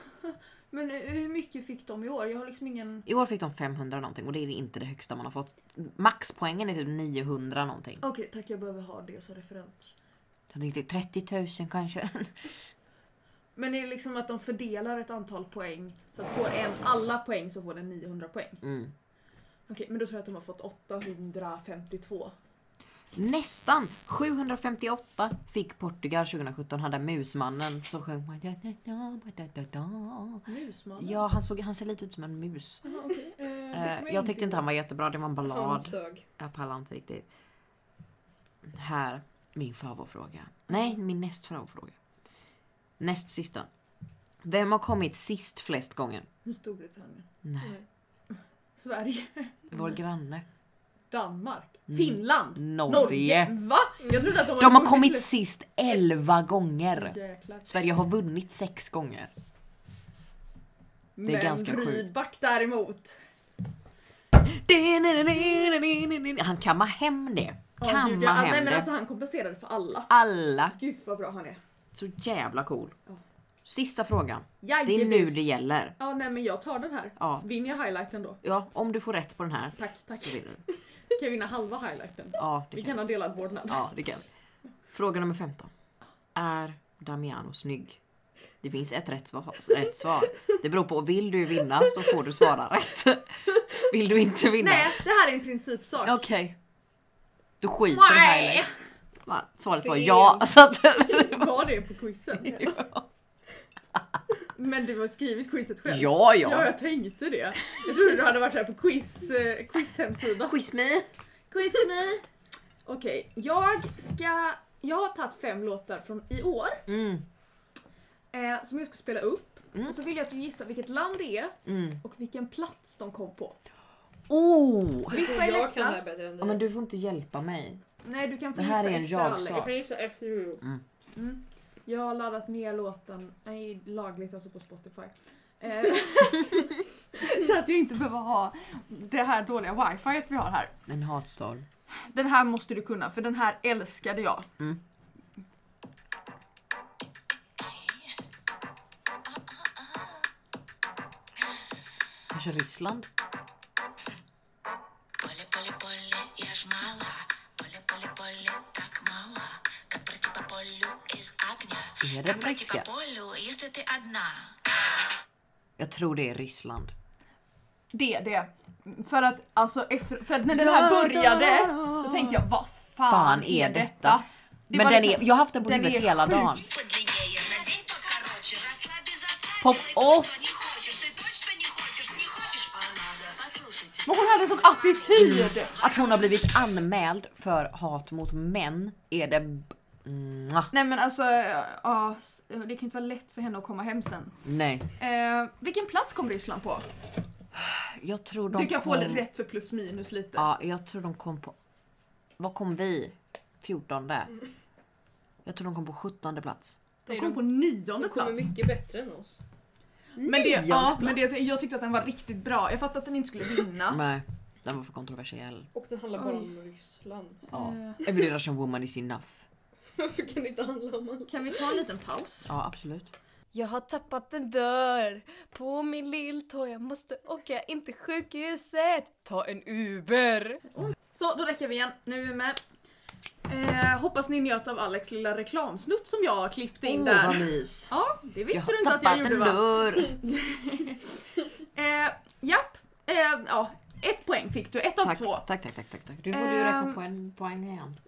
[SPEAKER 2] Men eh, hur mycket fick de i år? Jag har liksom ingen...
[SPEAKER 1] I år fick de 500 någonting och det är inte det högsta man har fått. Maxpoängen är typ 900 någonting.
[SPEAKER 2] Okej, tack jag behöver ha det som referens.
[SPEAKER 1] Så jag tänkte 30 000 kanske.
[SPEAKER 2] Men är det liksom att de fördelar ett antal poäng så att får en alla poäng så får den 900 poäng?
[SPEAKER 1] Mm.
[SPEAKER 2] Okej, men då tror jag att de har fått 852.
[SPEAKER 1] Nästan! 758 fick Portugal 2017, hade musmannen som sjöng...
[SPEAKER 2] Musmannen?
[SPEAKER 1] Ja, han, såg, han ser lite ut som en mus.
[SPEAKER 2] Jaha, okej. Eh, det kommer
[SPEAKER 1] Eh, jag tyckte inte han var jättebra, det var en
[SPEAKER 4] Han
[SPEAKER 1] ballad.
[SPEAKER 4] sög.
[SPEAKER 2] Mm.
[SPEAKER 1] Jag pallar inte riktigt. Här, min favoritfråga. Nej, min näst favoritfråga. Näst sista. Vem har kommit sist flest gånger?
[SPEAKER 2] ihåg. Storbritannien.
[SPEAKER 1] Nej,
[SPEAKER 2] Sverige.
[SPEAKER 1] vår
[SPEAKER 2] Mm.
[SPEAKER 1] granne.
[SPEAKER 2] Danmark.
[SPEAKER 1] Mm.
[SPEAKER 2] Finland.
[SPEAKER 1] Norge.
[SPEAKER 2] Norge. Va? Jag trodde att de,
[SPEAKER 1] De har kommit sist 11 gånger.
[SPEAKER 2] Jäklar.
[SPEAKER 1] Sverige har vunnit 6 gånger.
[SPEAKER 2] Men
[SPEAKER 1] ganska sjukt.
[SPEAKER 2] Rydback däremot.
[SPEAKER 1] Han kammar hem det.
[SPEAKER 2] Ja, gud,
[SPEAKER 1] Kammar
[SPEAKER 2] ja, nej,
[SPEAKER 1] hem
[SPEAKER 2] men alltså,
[SPEAKER 1] det.
[SPEAKER 2] han kompenserade för alla.
[SPEAKER 1] Alla.
[SPEAKER 2] Gud vad bra han är.
[SPEAKER 1] Så jävla cool.
[SPEAKER 2] Ja.
[SPEAKER 1] Sista frågan. Det är
[SPEAKER 2] Jajebus.
[SPEAKER 1] nu det gäller.
[SPEAKER 2] Ja, nej men jag tar den här.
[SPEAKER 1] Ja,
[SPEAKER 2] Vinner jag highlighten då?
[SPEAKER 1] ja om du får rätt på den här
[SPEAKER 2] Tack, tack.
[SPEAKER 1] så
[SPEAKER 2] Kan
[SPEAKER 1] vinner du.
[SPEAKER 2] jag vinna halva highlighten?
[SPEAKER 1] Ja, det
[SPEAKER 2] Vi
[SPEAKER 1] kan
[SPEAKER 2] kan ha delad vårdnad.
[SPEAKER 1] Ja, det kan vi. Fråga nummer 15. Är Damiano snygg? Det finns ett rätt svar. Rätt svar. Det beror på, vill du vinna så får du svara rätt. Vill du inte vinna?
[SPEAKER 2] Nej, det här är en principsak.
[SPEAKER 1] Okej. Du skiter i highlight. Va? Svaret var ja.
[SPEAKER 4] Fel.
[SPEAKER 1] Så att,
[SPEAKER 2] Var det på quizen? Men du har skrivit quizet själv?
[SPEAKER 1] ja,
[SPEAKER 2] Ja,
[SPEAKER 1] ja.
[SPEAKER 2] jag tänkte det. Jag trodde du hade varit här på quiz, eh, quiz-hemsida.
[SPEAKER 1] Quiz me.
[SPEAKER 2] Quiz me! Okej, jag ska... Jag har tagit fem låtar från i år
[SPEAKER 1] Mm,
[SPEAKER 2] eh, som jag ska spela upp.
[SPEAKER 1] Mm.
[SPEAKER 2] Och så vill jag att du gissar vilket land det är
[SPEAKER 1] mm.
[SPEAKER 2] och vilken plats de kom på.
[SPEAKER 1] Oh!
[SPEAKER 2] Vissa är
[SPEAKER 4] Jag kan det
[SPEAKER 2] lätta.
[SPEAKER 4] här bättre än
[SPEAKER 1] Ja, men
[SPEAKER 4] dig.
[SPEAKER 1] du får inte hjälpa mig.
[SPEAKER 2] Nej, du kan få
[SPEAKER 1] Det här
[SPEAKER 2] gissa
[SPEAKER 1] är en
[SPEAKER 2] efter
[SPEAKER 1] jag
[SPEAKER 2] Alex.
[SPEAKER 1] sak.
[SPEAKER 4] Jag kan gissa efter you.
[SPEAKER 2] Mm. Jag har laddat ner låten, nej lagligt alltså på Spotify. Eh, Så att jag inte behöver ha det här dåliga wifi vi har här.
[SPEAKER 1] En hatstorm.
[SPEAKER 2] Den här måste du kunna för den här älskade jag.
[SPEAKER 1] Mm. Kanske Ryssland?
[SPEAKER 5] Поле, поле, поле, я ж мала. Поле, поле, поле, так мало. Как пройти по полю из огня.
[SPEAKER 1] Är det
[SPEAKER 5] Как пройти по
[SPEAKER 1] brittiska?
[SPEAKER 5] полю, если ты одна?
[SPEAKER 1] Jag tror det är Ryssland.
[SPEAKER 2] Det, det. För att alltså efter, för att när den här började så tänkte jag vad fan,
[SPEAKER 1] Fan är detta?
[SPEAKER 2] Det
[SPEAKER 1] Men
[SPEAKER 2] var
[SPEAKER 1] den
[SPEAKER 2] liksom-
[SPEAKER 1] är, jag har haft den på
[SPEAKER 2] den
[SPEAKER 1] huvudet
[SPEAKER 2] är
[SPEAKER 1] hela
[SPEAKER 2] sjuk.
[SPEAKER 1] dagen.
[SPEAKER 5] Подлиннее, надень покороче. Расслабь без отца,
[SPEAKER 1] Pop
[SPEAKER 5] делай
[SPEAKER 1] off.
[SPEAKER 5] что не хочешь. Ты точно не хочешь, не хочешь? А надо, послушайте.
[SPEAKER 2] Men hon hade sån
[SPEAKER 1] Mm.
[SPEAKER 2] attityd!
[SPEAKER 1] Att hon har blivit anmäld för hat mot män är det... b- Mwah.
[SPEAKER 2] Nej men alltså, ja, det kan inte vara lätt för henne att komma hem sen.
[SPEAKER 1] Nej.
[SPEAKER 2] Eh, vilken plats kom Ryssland på?
[SPEAKER 1] Jag tror de
[SPEAKER 2] Du kan få
[SPEAKER 1] kom...
[SPEAKER 2] rätt för plus minus lite.
[SPEAKER 1] Ja, jag tror de kom på... Vad kom vi? 14 där.
[SPEAKER 2] Mm.
[SPEAKER 1] Jag tror de kom på 17 plats.
[SPEAKER 2] De kom på nionde
[SPEAKER 4] De kommer
[SPEAKER 2] plats.
[SPEAKER 4] mycket bättre än oss.
[SPEAKER 2] Men, det,
[SPEAKER 1] Nionde
[SPEAKER 2] ja,
[SPEAKER 1] plats.
[SPEAKER 2] men det, jag tyckte att den var riktigt bra. Jag fattade att den inte skulle vinna.
[SPEAKER 1] Nej, den var för kontroversiell.
[SPEAKER 4] Och den handlar bara
[SPEAKER 2] Oj.
[SPEAKER 4] om Ryssland.
[SPEAKER 1] Ja.
[SPEAKER 2] Eh.
[SPEAKER 1] Every Russian woman is enough.
[SPEAKER 4] Varför kan det inte handla om allt?
[SPEAKER 2] Kan vi ta en liten paus?
[SPEAKER 1] Ja, absolut.
[SPEAKER 6] Jag har tappat en dörr på min lilltå. Jag måste åka in till sjukhuset. Ta en Uber.
[SPEAKER 2] Så, då räcker vi igen. Nu är vi med. Eh, hoppas ni njöt av Alex lilla reklamsnutt som jag klippte in
[SPEAKER 1] Åh, vad
[SPEAKER 2] där.
[SPEAKER 1] mys.
[SPEAKER 2] Ja, det
[SPEAKER 1] Jag
[SPEAKER 2] visste du
[SPEAKER 1] har
[SPEAKER 2] inte att jag
[SPEAKER 1] tappat
[SPEAKER 2] gjorde
[SPEAKER 1] en
[SPEAKER 2] va? Mm,
[SPEAKER 1] dörr.
[SPEAKER 2] Eh, japp. Eh, ja, ett poäng fick du. Ett av
[SPEAKER 1] Tack,
[SPEAKER 2] två.
[SPEAKER 1] tack, tack, tack, tack, tack. Du får du räkna
[SPEAKER 2] Ehm.
[SPEAKER 1] på en poäng igen.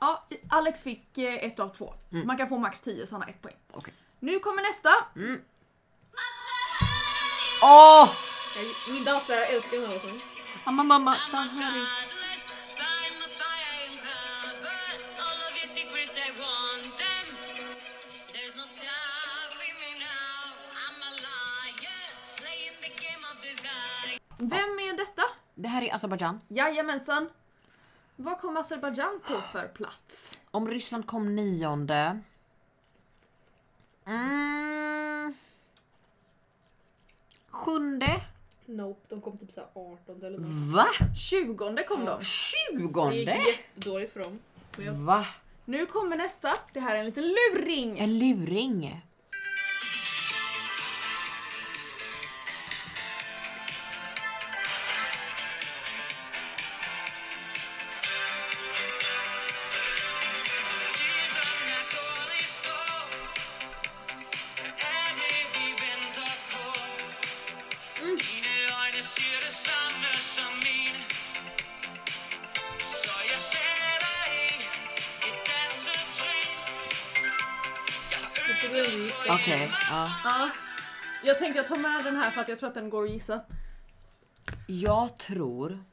[SPEAKER 2] Ja, Alex fick eh, ett av två.
[SPEAKER 1] Mm.
[SPEAKER 2] Man kan få max 10 så han har ett poäng.
[SPEAKER 1] Okej. Mm.
[SPEAKER 2] Nu kommer nästa.
[SPEAKER 1] Åh!
[SPEAKER 4] Jag- Min danslärare älskar den här låten.
[SPEAKER 1] Mamma, mamma.
[SPEAKER 2] Vem är detta?
[SPEAKER 1] Det här är Azerbajdzjan.
[SPEAKER 2] Jajamensan. Vad kom Azerbajdzjan på för plats?
[SPEAKER 1] Om Ryssland kom nionde... Mm. Sjunde?
[SPEAKER 4] Nope, de kom typ såhär 18 eller något.
[SPEAKER 1] Va?
[SPEAKER 2] 20 kom de.
[SPEAKER 4] Det
[SPEAKER 1] Tjugonde?
[SPEAKER 4] gick jättedåligt för dem.
[SPEAKER 1] Va?
[SPEAKER 2] Nu kommer nästa. Det här är en liten luring.
[SPEAKER 1] En luring?
[SPEAKER 5] Så jag ser dig
[SPEAKER 4] Jag trodde den gick där.
[SPEAKER 1] Okej, ja.
[SPEAKER 2] Ja. Jag tänkte jag tar med den här för att jag tror att den går att gissa.
[SPEAKER 1] Jag tror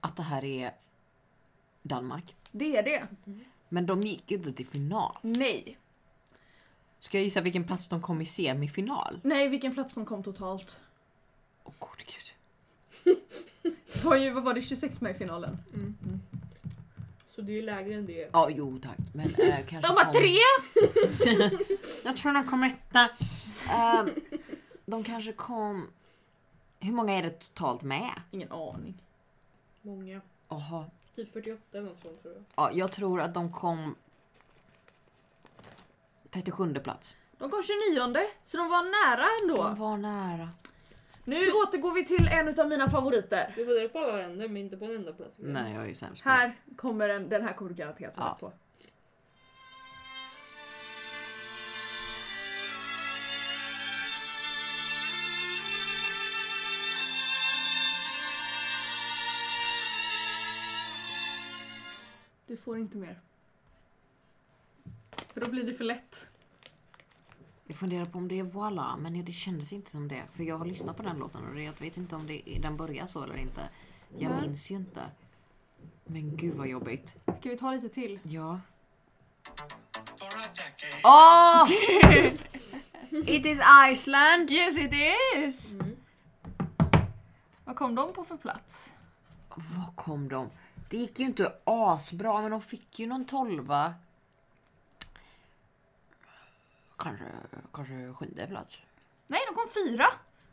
[SPEAKER 1] att det här är Danmark.
[SPEAKER 2] Det är det.
[SPEAKER 1] Men de gick ju inte till final.
[SPEAKER 2] Nej.
[SPEAKER 1] Ska jag gissa vilken plats de kom i semifinal?
[SPEAKER 2] Nej, vilken plats som kom totalt.
[SPEAKER 1] Åh gode gud.
[SPEAKER 2] Det var ju, vad var det, 26 med i finalen?
[SPEAKER 4] Så det är ju lägre än det.
[SPEAKER 1] Ja, jo tack. Men eh, kanske
[SPEAKER 2] De var
[SPEAKER 1] kom-
[SPEAKER 2] tre!
[SPEAKER 1] Jag tror de kom etta. Ehm, de kanske kom... Hur många är det totalt med?
[SPEAKER 2] Ingen aning.
[SPEAKER 4] Många.
[SPEAKER 1] Jaha.
[SPEAKER 4] Typ 48 eller något sånt tror jag.
[SPEAKER 1] Ja, jag tror att de kom... 37 plats.
[SPEAKER 2] De kom 29 så de var nära
[SPEAKER 1] De
[SPEAKER 2] ändå.
[SPEAKER 1] var nära.
[SPEAKER 2] Nu återgår vi till en av mina favoriter.
[SPEAKER 4] Du får dela på alla länder men inte på en enda plats.
[SPEAKER 1] Nej, jag är ju sämst på det.
[SPEAKER 2] Här kommer den, den här kommer du garanterat vara
[SPEAKER 1] Ja.
[SPEAKER 2] på. Du får inte mer. För då blir det för lätt.
[SPEAKER 1] Jag funderar på om det är Voila, men det kändes inte som det. För jag har lyssnat på den låten och det- jag vet inte om det, den börjar så eller inte. Jag
[SPEAKER 2] Nej.
[SPEAKER 1] minns ju inte. Men gud vad jobbigt.
[SPEAKER 2] Ska vi ta lite till?
[SPEAKER 1] Ja.
[SPEAKER 5] For a decade.
[SPEAKER 1] Åh! It is Iceland!
[SPEAKER 2] Yes it is! Vad kom de på för plats?
[SPEAKER 1] Vad kom de? Det gick ju inte asbra, men de fick ju någon tolva. Kanske, kanske sjunde plats.
[SPEAKER 2] Nej, de kom fyra!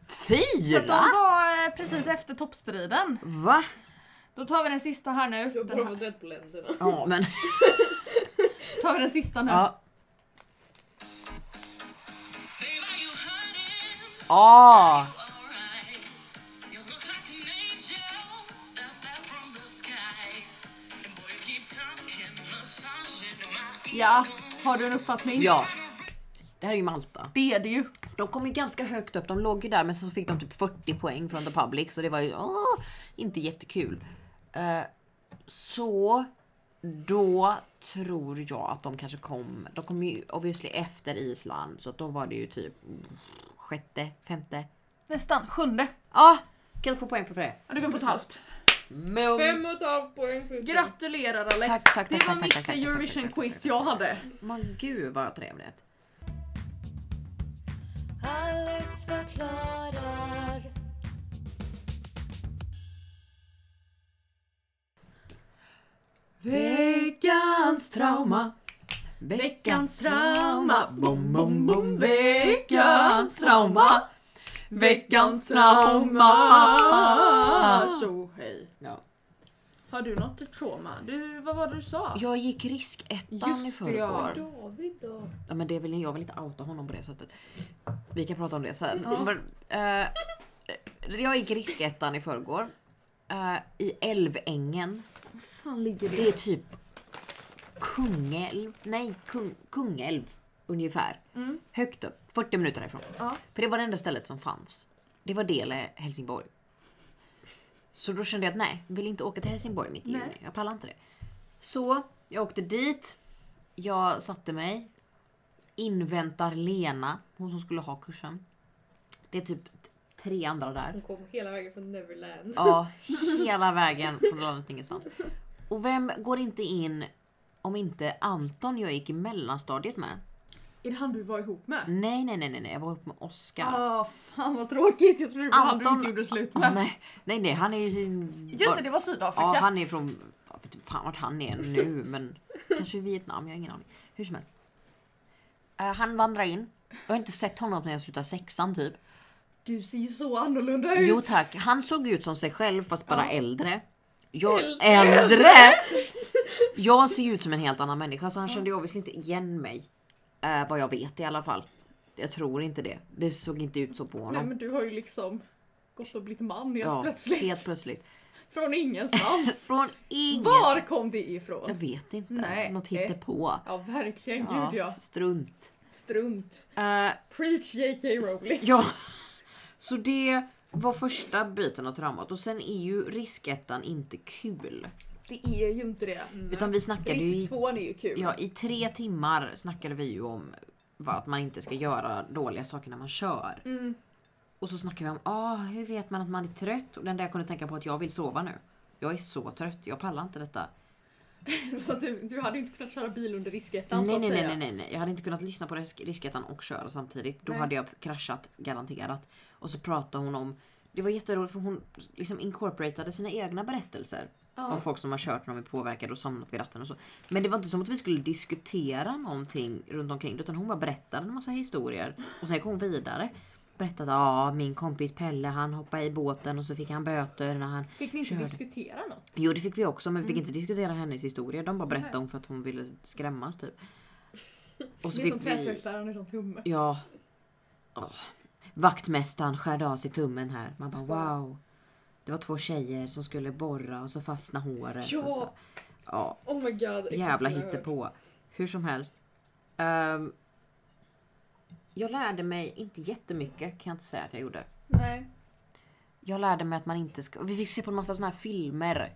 [SPEAKER 2] Så att de
[SPEAKER 1] Fyra?
[SPEAKER 2] var eh, precis efter toppstriden.
[SPEAKER 1] Va?
[SPEAKER 2] Då tar vi den sista här nu.
[SPEAKER 4] Du har
[SPEAKER 2] Den
[SPEAKER 4] bara
[SPEAKER 2] här.
[SPEAKER 4] fått rätt på länderna.
[SPEAKER 1] Ja, men...
[SPEAKER 2] Tar vi den sista nu.
[SPEAKER 1] Ja.
[SPEAKER 5] Babe, are you hurting?
[SPEAKER 1] Ah.
[SPEAKER 5] Alright. You look like an angel. That's that from the sky. And boy, you keep talking. The sun's in my
[SPEAKER 2] Ja, har du en uppfattning?
[SPEAKER 1] Ja. Det här är ju Malta.
[SPEAKER 2] Det är det ju.
[SPEAKER 1] De kom ju ganska högt upp, de låg ju där men så fick de typ 40 poäng från The Public så det var ju åh, inte jättekul. Eh, så då tror jag att de kanske kom, de kom ju obviously efter Island så att då var det ju typ sjätte, femte.
[SPEAKER 2] Nästan, sjunde.
[SPEAKER 1] Ja, kan du få poäng för det?
[SPEAKER 2] Ja, du kan få ett halvt.
[SPEAKER 4] Fem och
[SPEAKER 1] Mums!
[SPEAKER 4] ett halvt poäng för
[SPEAKER 2] Gratulerar Alex.
[SPEAKER 1] Tack, tack,
[SPEAKER 2] det
[SPEAKER 1] tack,
[SPEAKER 2] var
[SPEAKER 1] tack, tack,
[SPEAKER 2] mitt
[SPEAKER 1] tack, tack, tack, tack,
[SPEAKER 2] Eurovision-quiz
[SPEAKER 1] tack.
[SPEAKER 2] jag hade.
[SPEAKER 1] Men gud vad trevligt.
[SPEAKER 3] Alex förklarar.
[SPEAKER 1] Veckans trauma. Veckans trauma. Bom, bom, bom. Veckans trauma. Veckans trauma.
[SPEAKER 2] Ah, Så hej.
[SPEAKER 1] Ja.
[SPEAKER 2] Har du något trauma? Du, vad var det du sa?
[SPEAKER 1] Jag gick riskettan i
[SPEAKER 2] Just det, ja.
[SPEAKER 1] förrgår.
[SPEAKER 4] David då?
[SPEAKER 1] Ja, men det vill, jag vill inte outa honom på det sättet. Vi kan prata om det sen.
[SPEAKER 2] Ja.
[SPEAKER 1] Men, eh, jag gick riskettan i förrgår. Eh, I Älvängen.
[SPEAKER 2] Var fan ligger
[SPEAKER 1] Det är typ Kungälv, nej kung, Kungälv ungefär.
[SPEAKER 2] Mm.
[SPEAKER 1] Högt upp, 40 minuter härifrån.
[SPEAKER 2] Ja.
[SPEAKER 1] För det var det enda stället som fanns. Det var del av Helsingborg. Så då kände jag att nej, jag vill inte åka till Helsingborg mitt i
[SPEAKER 2] Nej.
[SPEAKER 1] juni. Jag pallar inte det. Så jag åkte dit. Jag satte mig. Inväntar Lena, hon som skulle ha kursen. Det är typ tre andra där.
[SPEAKER 4] Hon kom hela vägen från Neverland.
[SPEAKER 1] Ja, hela vägen från landet ingenstans. Och vem går inte in om inte Anton jag gick i mellanstadiet med?
[SPEAKER 2] Är det han du var ihop med?
[SPEAKER 1] Nej, nej, nej, nej, nej. jag var ihop med Oskar.
[SPEAKER 2] Ah, fan vad tråkigt. Jag trodde det var han du
[SPEAKER 1] Anton-
[SPEAKER 2] inte gjorde slut
[SPEAKER 1] Ah,
[SPEAKER 2] med.
[SPEAKER 1] nej, nej, nej, han är ju... sin-
[SPEAKER 2] Just det, det var Sydafrika.
[SPEAKER 1] Ja, han är från... Jag vet inte fan vart han är nu, men kanske i Vietnam, jag har ingen aning. Hur som helst. Eh, han vandrar in. Jag har inte sett honom när jag slutade sexan typ.
[SPEAKER 2] Du ser ju så annorlunda ut.
[SPEAKER 1] Jo tack, han såg ut som sig själv fast bara äldre. Jag,
[SPEAKER 4] Äldre.
[SPEAKER 1] äldre! Jag ser ju ut som en helt annan människa så han kände ju obviously inte igen mig. Eh, vad jag vet i alla fall. Jag tror inte det. Det såg inte ut så på honom.
[SPEAKER 2] Nej men du har ju liksom gått och blivit man helt
[SPEAKER 1] ja,
[SPEAKER 2] plötsligt.
[SPEAKER 1] Helt plötsligt.
[SPEAKER 2] Från ingenstans.
[SPEAKER 1] Från inget.
[SPEAKER 2] Var kom det
[SPEAKER 1] Jag
[SPEAKER 2] ifrån?
[SPEAKER 1] vet inte.
[SPEAKER 2] Nej.
[SPEAKER 1] Något hittepå.
[SPEAKER 2] Ja verkligen,
[SPEAKER 1] Ja,
[SPEAKER 2] gud ja.
[SPEAKER 1] Strunt.
[SPEAKER 2] Strunt.
[SPEAKER 1] Eh,
[SPEAKER 2] Preach JK Rowling.
[SPEAKER 1] Ja. Så det var första biten av traumat och sen är ju riskettan inte kul.
[SPEAKER 2] Det är ju inte det.
[SPEAKER 1] Utan vi snackade ju i,
[SPEAKER 2] Risk2 Mm. är ju kul.
[SPEAKER 1] ja, i tre timmar snackade vi ju om vad, att man inte ska göra dåliga saker när man kör.
[SPEAKER 2] Mm.
[SPEAKER 1] Och så snackade vi om ah, hur vet man att man är trött? Och den där jag kunde tänka på att jag vill sova nu. Jag är så trött, jag pallar inte detta.
[SPEAKER 2] Så att du, du hade ju inte kunnat köra bil under riskettan så
[SPEAKER 1] nej,
[SPEAKER 2] att
[SPEAKER 1] nej,
[SPEAKER 2] säga.
[SPEAKER 1] nej, nej, nej, nej. Jag hade inte kunnat lyssna på risk- Riskettan och köra samtidigt. Då
[SPEAKER 2] Nej.
[SPEAKER 1] hade jag kraschat garanterat. Och så pratade hon om det var jätteroligt för hon liksom incorporatade sina egna berättelser om
[SPEAKER 2] Ja.
[SPEAKER 1] folk som har kört när de är påverkade och somnat vid ratten och så. Men det var inte som att vi skulle diskutera någonting runt omkring det, utan hon bara berättade en massa historier och sen gick hon vidare. Berättade ja, min kompis Pelle han hoppade i båten och så fick han böter när han
[SPEAKER 2] Fick ni inte
[SPEAKER 1] Körde.
[SPEAKER 2] diskutera något?
[SPEAKER 1] Jo det fick vi också men vi fick inte diskutera hennes historia. De bara berättade
[SPEAKER 2] Mm. Nej.
[SPEAKER 1] om för att hon ville skrämmas typ. Och
[SPEAKER 2] Det är som träslöjdsläraren utan tumme.
[SPEAKER 1] Ja. Åh. Vaktmästaren skärde av sig tummen här. Man bara wow. Det var två tjejer som skulle borra och så fastnade håret.
[SPEAKER 4] Ja.
[SPEAKER 1] Och så. Ja,
[SPEAKER 4] Oh my god. exakt
[SPEAKER 1] jävla
[SPEAKER 4] vad jag hört.
[SPEAKER 1] hittepå. Hur som helst. Ehm, jag lärde mig inte jättemycket kan jag inte säga att jag gjorde.
[SPEAKER 2] Nej.
[SPEAKER 1] Jag lärde mig att man inte ska... Vi fick se på en massa såna här filmer.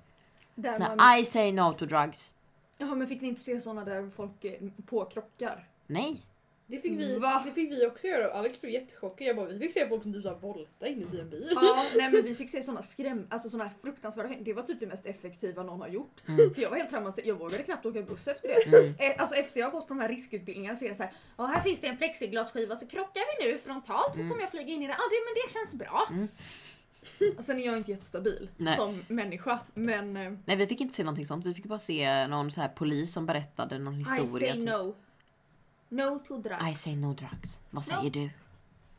[SPEAKER 2] Där
[SPEAKER 1] Såna
[SPEAKER 2] man,
[SPEAKER 1] här I say no to drugs.
[SPEAKER 2] ja, men fick ni inte se sådana där folk eh, påkrockar?
[SPEAKER 1] Nej.
[SPEAKER 4] Det fick, vi,
[SPEAKER 2] Va?
[SPEAKER 4] det fick vi också göra Alex blev jättechockad. Jag bara, vi fick se folk som typ såhär volta inuti en bil.
[SPEAKER 2] Ja, nej men vi fick se såna skräm... Alltså såna här fruktansvärda Det var typ det mest effektiva någon har gjort.
[SPEAKER 1] Mm.
[SPEAKER 2] För jag var helt traumatiserad. Jag vågade knappt åka buss efter det. Eh, Alltså efter jag har gått på de här riskutbildningarna så är jag så här. Ja här finns det en plexiglasskiva så krockar vi nu frontalt
[SPEAKER 1] Mm.
[SPEAKER 2] så kommer jag flyga in i den. Ja det, men det känns bra. Och sen är jag inte jättestabil
[SPEAKER 1] Mm. Nej.
[SPEAKER 2] som människa men... eh,
[SPEAKER 1] Nej vi fick inte se någonting sånt. Vi fick bara se någon så här polis som berättade någon
[SPEAKER 2] I
[SPEAKER 1] historia.
[SPEAKER 2] say
[SPEAKER 1] typ.
[SPEAKER 2] no. No to drugs.
[SPEAKER 1] I say no drugs. Vad säger
[SPEAKER 2] No.
[SPEAKER 1] du?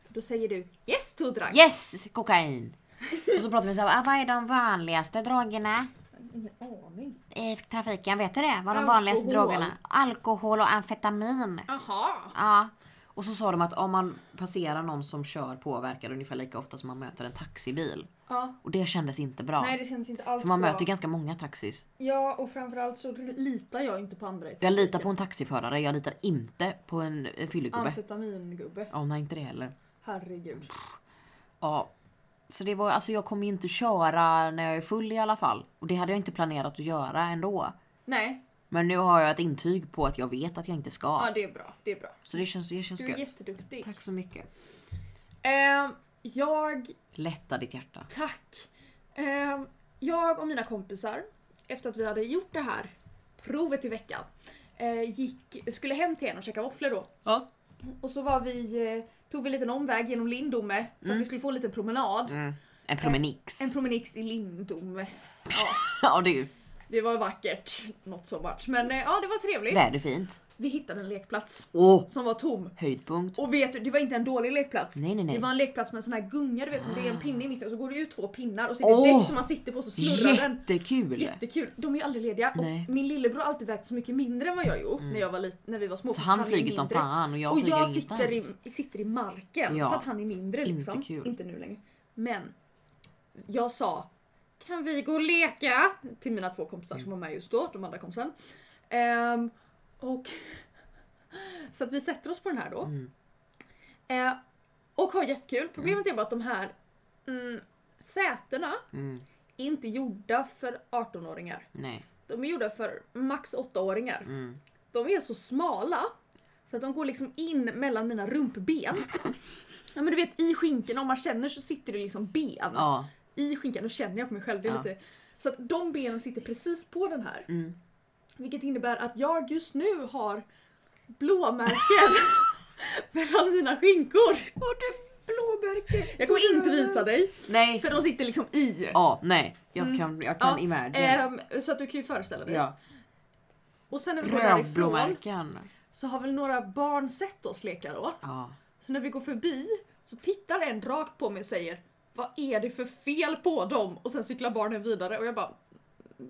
[SPEAKER 2] Då säger du yes to drugs.
[SPEAKER 1] Yes! Kokain! Och så pratar vi så här, "Ah, vad är de vanligaste drogerna
[SPEAKER 2] Ingen aning.
[SPEAKER 1] i trafiken? Vet du det? Vad är de
[SPEAKER 2] Alkohol.
[SPEAKER 1] vanligaste drogerna? Alkohol och amfetamin.
[SPEAKER 2] Aha.
[SPEAKER 1] Ja. Och så sa de att om man passerar någon som kör påverkad ungefär lika ofta som man möter en taxibil.
[SPEAKER 2] Ja.
[SPEAKER 1] Och det kändes inte bra.
[SPEAKER 2] Nej det känns inte alls
[SPEAKER 1] För man
[SPEAKER 2] bra.
[SPEAKER 1] möter ganska många taxis.
[SPEAKER 2] Ja, och framförallt så litar jag inte på andra i
[SPEAKER 1] Jag litar på en taxiförare, jag litar inte på en en fyllegubbe.
[SPEAKER 2] Amfetamingubbe.
[SPEAKER 1] Ja, nej inte det heller.
[SPEAKER 2] Herregud.
[SPEAKER 1] Ja. Så det var, alltså jag kommer ju inte köra när jag är full i alla fall. Och det hade jag inte planerat att göra ändå.
[SPEAKER 2] Nej,
[SPEAKER 1] Men nu har jag ett intyg på att jag vet att jag inte ska.
[SPEAKER 2] ja Mm. det är bra. Det är bra.
[SPEAKER 1] Så det känns, det känns
[SPEAKER 2] Du är
[SPEAKER 1] gött.
[SPEAKER 2] jätteduktig.
[SPEAKER 1] Tack så mycket.
[SPEAKER 2] Ehm, jag,
[SPEAKER 1] Lätta ditt hjärta.
[SPEAKER 2] tack. Ehm, jag och mina kompisar, efter att vi hade gjort det här provet i veckan, eh, gick, skulle hem till en och käka våfflor då.
[SPEAKER 1] Ja.
[SPEAKER 2] Och så var vi, eh, tog vi en liten omväg genom Lindome för att vi skulle få en liten promenad.
[SPEAKER 1] Mm. En promenix.
[SPEAKER 2] En promenix i Lindome. Ja,
[SPEAKER 1] ja det är ju
[SPEAKER 2] det var vackert. Not so much. Men eh, ja, det var trevligt.
[SPEAKER 1] väderfint.
[SPEAKER 2] Vi hittade en lekplats
[SPEAKER 1] Åh!
[SPEAKER 2] som var tom.
[SPEAKER 1] höjdpunkt.
[SPEAKER 2] Och vet du, det var inte en dålig lekplats.
[SPEAKER 1] Nej nej nej.
[SPEAKER 2] Det var en lekplats med en sån här gunga, du vet som det är en pinne i mitten och så går det ut två pinnar och så är det
[SPEAKER 1] Åh!
[SPEAKER 2] däck som man sitter på och så snurrar den.
[SPEAKER 1] Jättekul!
[SPEAKER 2] Jättekul! De är ju aldrig lediga
[SPEAKER 1] Nej. Mm.
[SPEAKER 2] och min lillebror har alltid vägt så mycket mindre än vad jag gjort när, jag var lit- när vi var små.
[SPEAKER 1] Så
[SPEAKER 2] för
[SPEAKER 1] han
[SPEAKER 2] är
[SPEAKER 1] flyger som
[SPEAKER 2] mindre.
[SPEAKER 1] fan och jag
[SPEAKER 2] och
[SPEAKER 1] flyger
[SPEAKER 2] jag
[SPEAKER 1] ingenstans.
[SPEAKER 2] sitter i, sitter i marken
[SPEAKER 1] Ja.
[SPEAKER 2] för att han är mindre
[SPEAKER 1] Inte
[SPEAKER 2] liksom.
[SPEAKER 1] kul.
[SPEAKER 2] Inte nu längre. Men jag sa Kan vi gå och leka? Till mina två kompisar som var
[SPEAKER 1] Mm.
[SPEAKER 2] med just då, de andra kompisen. Ehm, och så att vi sätter oss på den här då.
[SPEAKER 1] Mm.
[SPEAKER 2] Eh, och har jättekul. Problemet är bara att de här mm, sätena
[SPEAKER 1] Mm,
[SPEAKER 2] är inte gjorda för 18-åringar.
[SPEAKER 1] nej.
[SPEAKER 2] De är gjorda för max 8-åringar.
[SPEAKER 1] Mm.
[SPEAKER 2] De är så smala så att de går liksom in mellan mina rumpben. Ja men du vet i skinkorna, om man känner så sitter det liksom ben
[SPEAKER 1] Ja.
[SPEAKER 2] i skinkan. Då känner jag på mig själv. Det är
[SPEAKER 1] Ja.
[SPEAKER 2] lite... Så att de benen sitter precis på den här.
[SPEAKER 1] Mm.
[SPEAKER 2] Vilket innebär att jag just nu har blåmärken mellan mina skinkor. Har du blåmärken? Jag kommer inte visa dig.
[SPEAKER 1] Nej.
[SPEAKER 2] För de sitter liksom i.
[SPEAKER 1] Ja, nej. Jag kan, jag kan
[SPEAKER 2] Ja,
[SPEAKER 1] imagine.
[SPEAKER 2] Ehm, så att du kan ju föreställa dig.
[SPEAKER 1] ja.
[SPEAKER 2] Och sen när vi går därifrån
[SPEAKER 1] Rövblåmärken.
[SPEAKER 2] så har väl några barn sett oss leka då.
[SPEAKER 1] Ja.
[SPEAKER 2] Så när vi går förbi så tittar en rakt på mig och säger Vad är det för fel på dem? Och sen cyklar barnen vidare och jag bara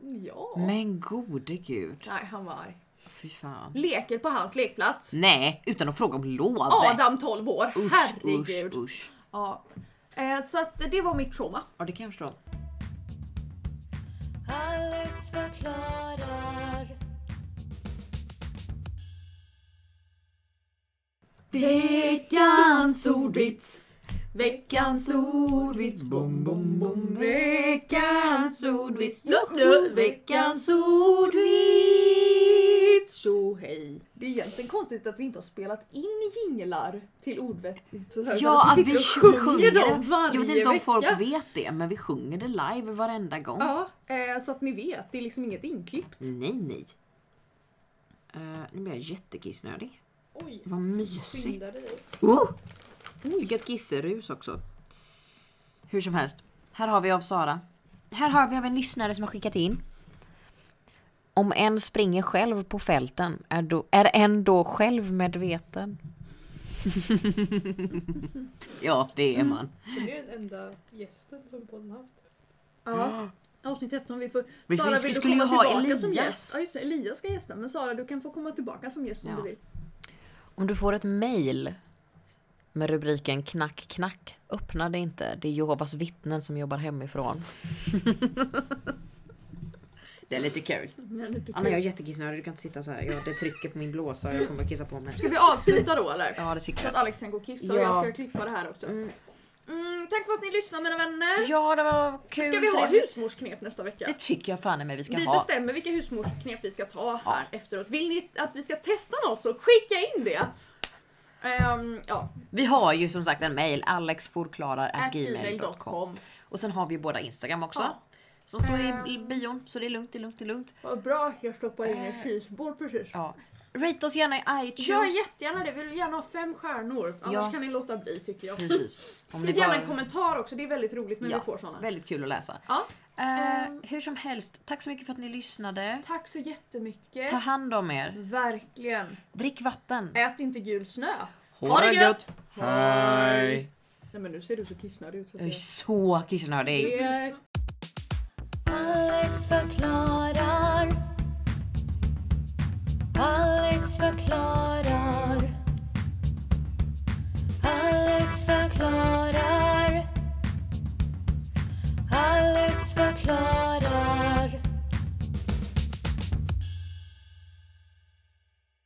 [SPEAKER 2] "Mm, Ja.
[SPEAKER 1] Men gode gud.
[SPEAKER 2] Nej, han var arg.
[SPEAKER 1] Fy fan.
[SPEAKER 2] Leker på hans lekplats.
[SPEAKER 1] Nej, utan att fråga om lov.
[SPEAKER 2] Adam 12 år.
[SPEAKER 1] Mm. Usch,
[SPEAKER 2] Herregud.
[SPEAKER 1] usch, usch.
[SPEAKER 2] Ja. Eh, så att det var mitt trauma.
[SPEAKER 1] Ja, det kan jag förstå.
[SPEAKER 3] Alex förklarar.
[SPEAKER 2] Veckans ordvits.
[SPEAKER 1] Veckans ordvits, bom, bom, bom. Veckans ordvits,
[SPEAKER 2] Joho!
[SPEAKER 1] veckans ordvits.
[SPEAKER 2] Så hej. Det är egentligen konstigt att vi inte har spelat in jinglar till ordvettigt.
[SPEAKER 1] Ja, att vi sjunger, det.
[SPEAKER 2] varje
[SPEAKER 1] Jag vet inte om
[SPEAKER 2] vecka.
[SPEAKER 1] folk vet det, men vi sjunger det live varenda gång.
[SPEAKER 2] Ja, eh, så att ni vet. Det är liksom inget inklippt.
[SPEAKER 1] Nej, nej. Eh, nu blir jag jättekissnödig.
[SPEAKER 4] Oj,
[SPEAKER 1] Vad mysigt.
[SPEAKER 4] skynda dig.
[SPEAKER 1] Oh! Vilket gisserus också. Hur som helst. Här har vi av Sara. Här har vi av en lyssnare som har skickat in. Om en springer själv på fälten, är, då, är en då självmedveten? ja, det är man.
[SPEAKER 4] Det är den enda gästen som podden haft.
[SPEAKER 2] Ja. Avsnitt 13. Vi får...
[SPEAKER 1] Mm. Men
[SPEAKER 2] Sara,
[SPEAKER 1] vi
[SPEAKER 2] vill du
[SPEAKER 1] skulle ju
[SPEAKER 2] komma
[SPEAKER 1] ha
[SPEAKER 2] tillbaka som
[SPEAKER 1] Elias.
[SPEAKER 2] gäst? Ja, just det. Elias ska gästa. Men Sara, du kan få komma tillbaka som gäst om
[SPEAKER 1] Ja.
[SPEAKER 2] du vill.
[SPEAKER 1] Om du får ett mejl med rubriken knack knack, öppna det inte. Det är Jehovas vittnen som jobbar hemifrån. det är lite kul.
[SPEAKER 2] Men det tycker
[SPEAKER 1] Anna jag är
[SPEAKER 2] jag.
[SPEAKER 1] jättekissnödig, du kan inte sitta så här. Jag, det trycker på min blåsa och jag kommer att kissa på mig.
[SPEAKER 2] Ska vi avsluta då eller?
[SPEAKER 1] Ja det tycker
[SPEAKER 2] Så att
[SPEAKER 1] jag.
[SPEAKER 2] Alex kan gå och kissa och
[SPEAKER 1] Ja.
[SPEAKER 2] jag ska klippa det här också.
[SPEAKER 1] Mm.
[SPEAKER 2] Mm, tack för att ni lyssnar mina vänner.
[SPEAKER 1] Ja det var kul.
[SPEAKER 2] Ska vi ha
[SPEAKER 1] trevligt.
[SPEAKER 2] husmorsknep nästa vecka?
[SPEAKER 1] Det tycker jag fan i mig vi ska
[SPEAKER 2] Vi
[SPEAKER 1] ha.
[SPEAKER 2] bestämmer vilka husmorsknep vi ska ta här efteråt. Vill ni att vi ska testa något så skicka in det! Ehm, ja,
[SPEAKER 1] Vi har ju som sagt en mail, alexforklarar.gmail.com
[SPEAKER 2] gmail.com.
[SPEAKER 1] Och sen har vi båda Instagram också.
[SPEAKER 2] Ja. Ehm.
[SPEAKER 1] Som står i bion, så det är lugnt, det är lugnt, det är lugnt.
[SPEAKER 2] Vad bra att jag stoppade in
[SPEAKER 1] Eh.
[SPEAKER 2] en cheeseboard precis.
[SPEAKER 1] Ja. Rate oss gärna i
[SPEAKER 2] Gör
[SPEAKER 1] iTunes.
[SPEAKER 2] jättegärna det, vi vill gärna ha fem stjärnor. Annars
[SPEAKER 1] Ja.
[SPEAKER 2] kan ni låta bli tycker jag.
[SPEAKER 1] Precis. Om
[SPEAKER 2] Skriv gärna en kommentar också, det är väldigt roligt när
[SPEAKER 1] Ja.
[SPEAKER 2] vi får såna.
[SPEAKER 1] Väldigt kul att läsa.
[SPEAKER 2] Ja.
[SPEAKER 1] Eh,
[SPEAKER 2] Ehm.
[SPEAKER 1] hur som helst, tack så mycket för att ni lyssnade.
[SPEAKER 2] Tack så jättemycket.
[SPEAKER 1] Ta hand om er.
[SPEAKER 2] Verkligen.
[SPEAKER 1] Drick vatten.
[SPEAKER 2] Ät inte gul snö.
[SPEAKER 1] Ha det gött!
[SPEAKER 2] Hej! Nej men nu ser du så kissnödig ut. Så att
[SPEAKER 1] Jag är
[SPEAKER 2] jag...
[SPEAKER 1] så kissnödig.
[SPEAKER 2] Det-
[SPEAKER 3] Alex förklarar. Alex förklarar.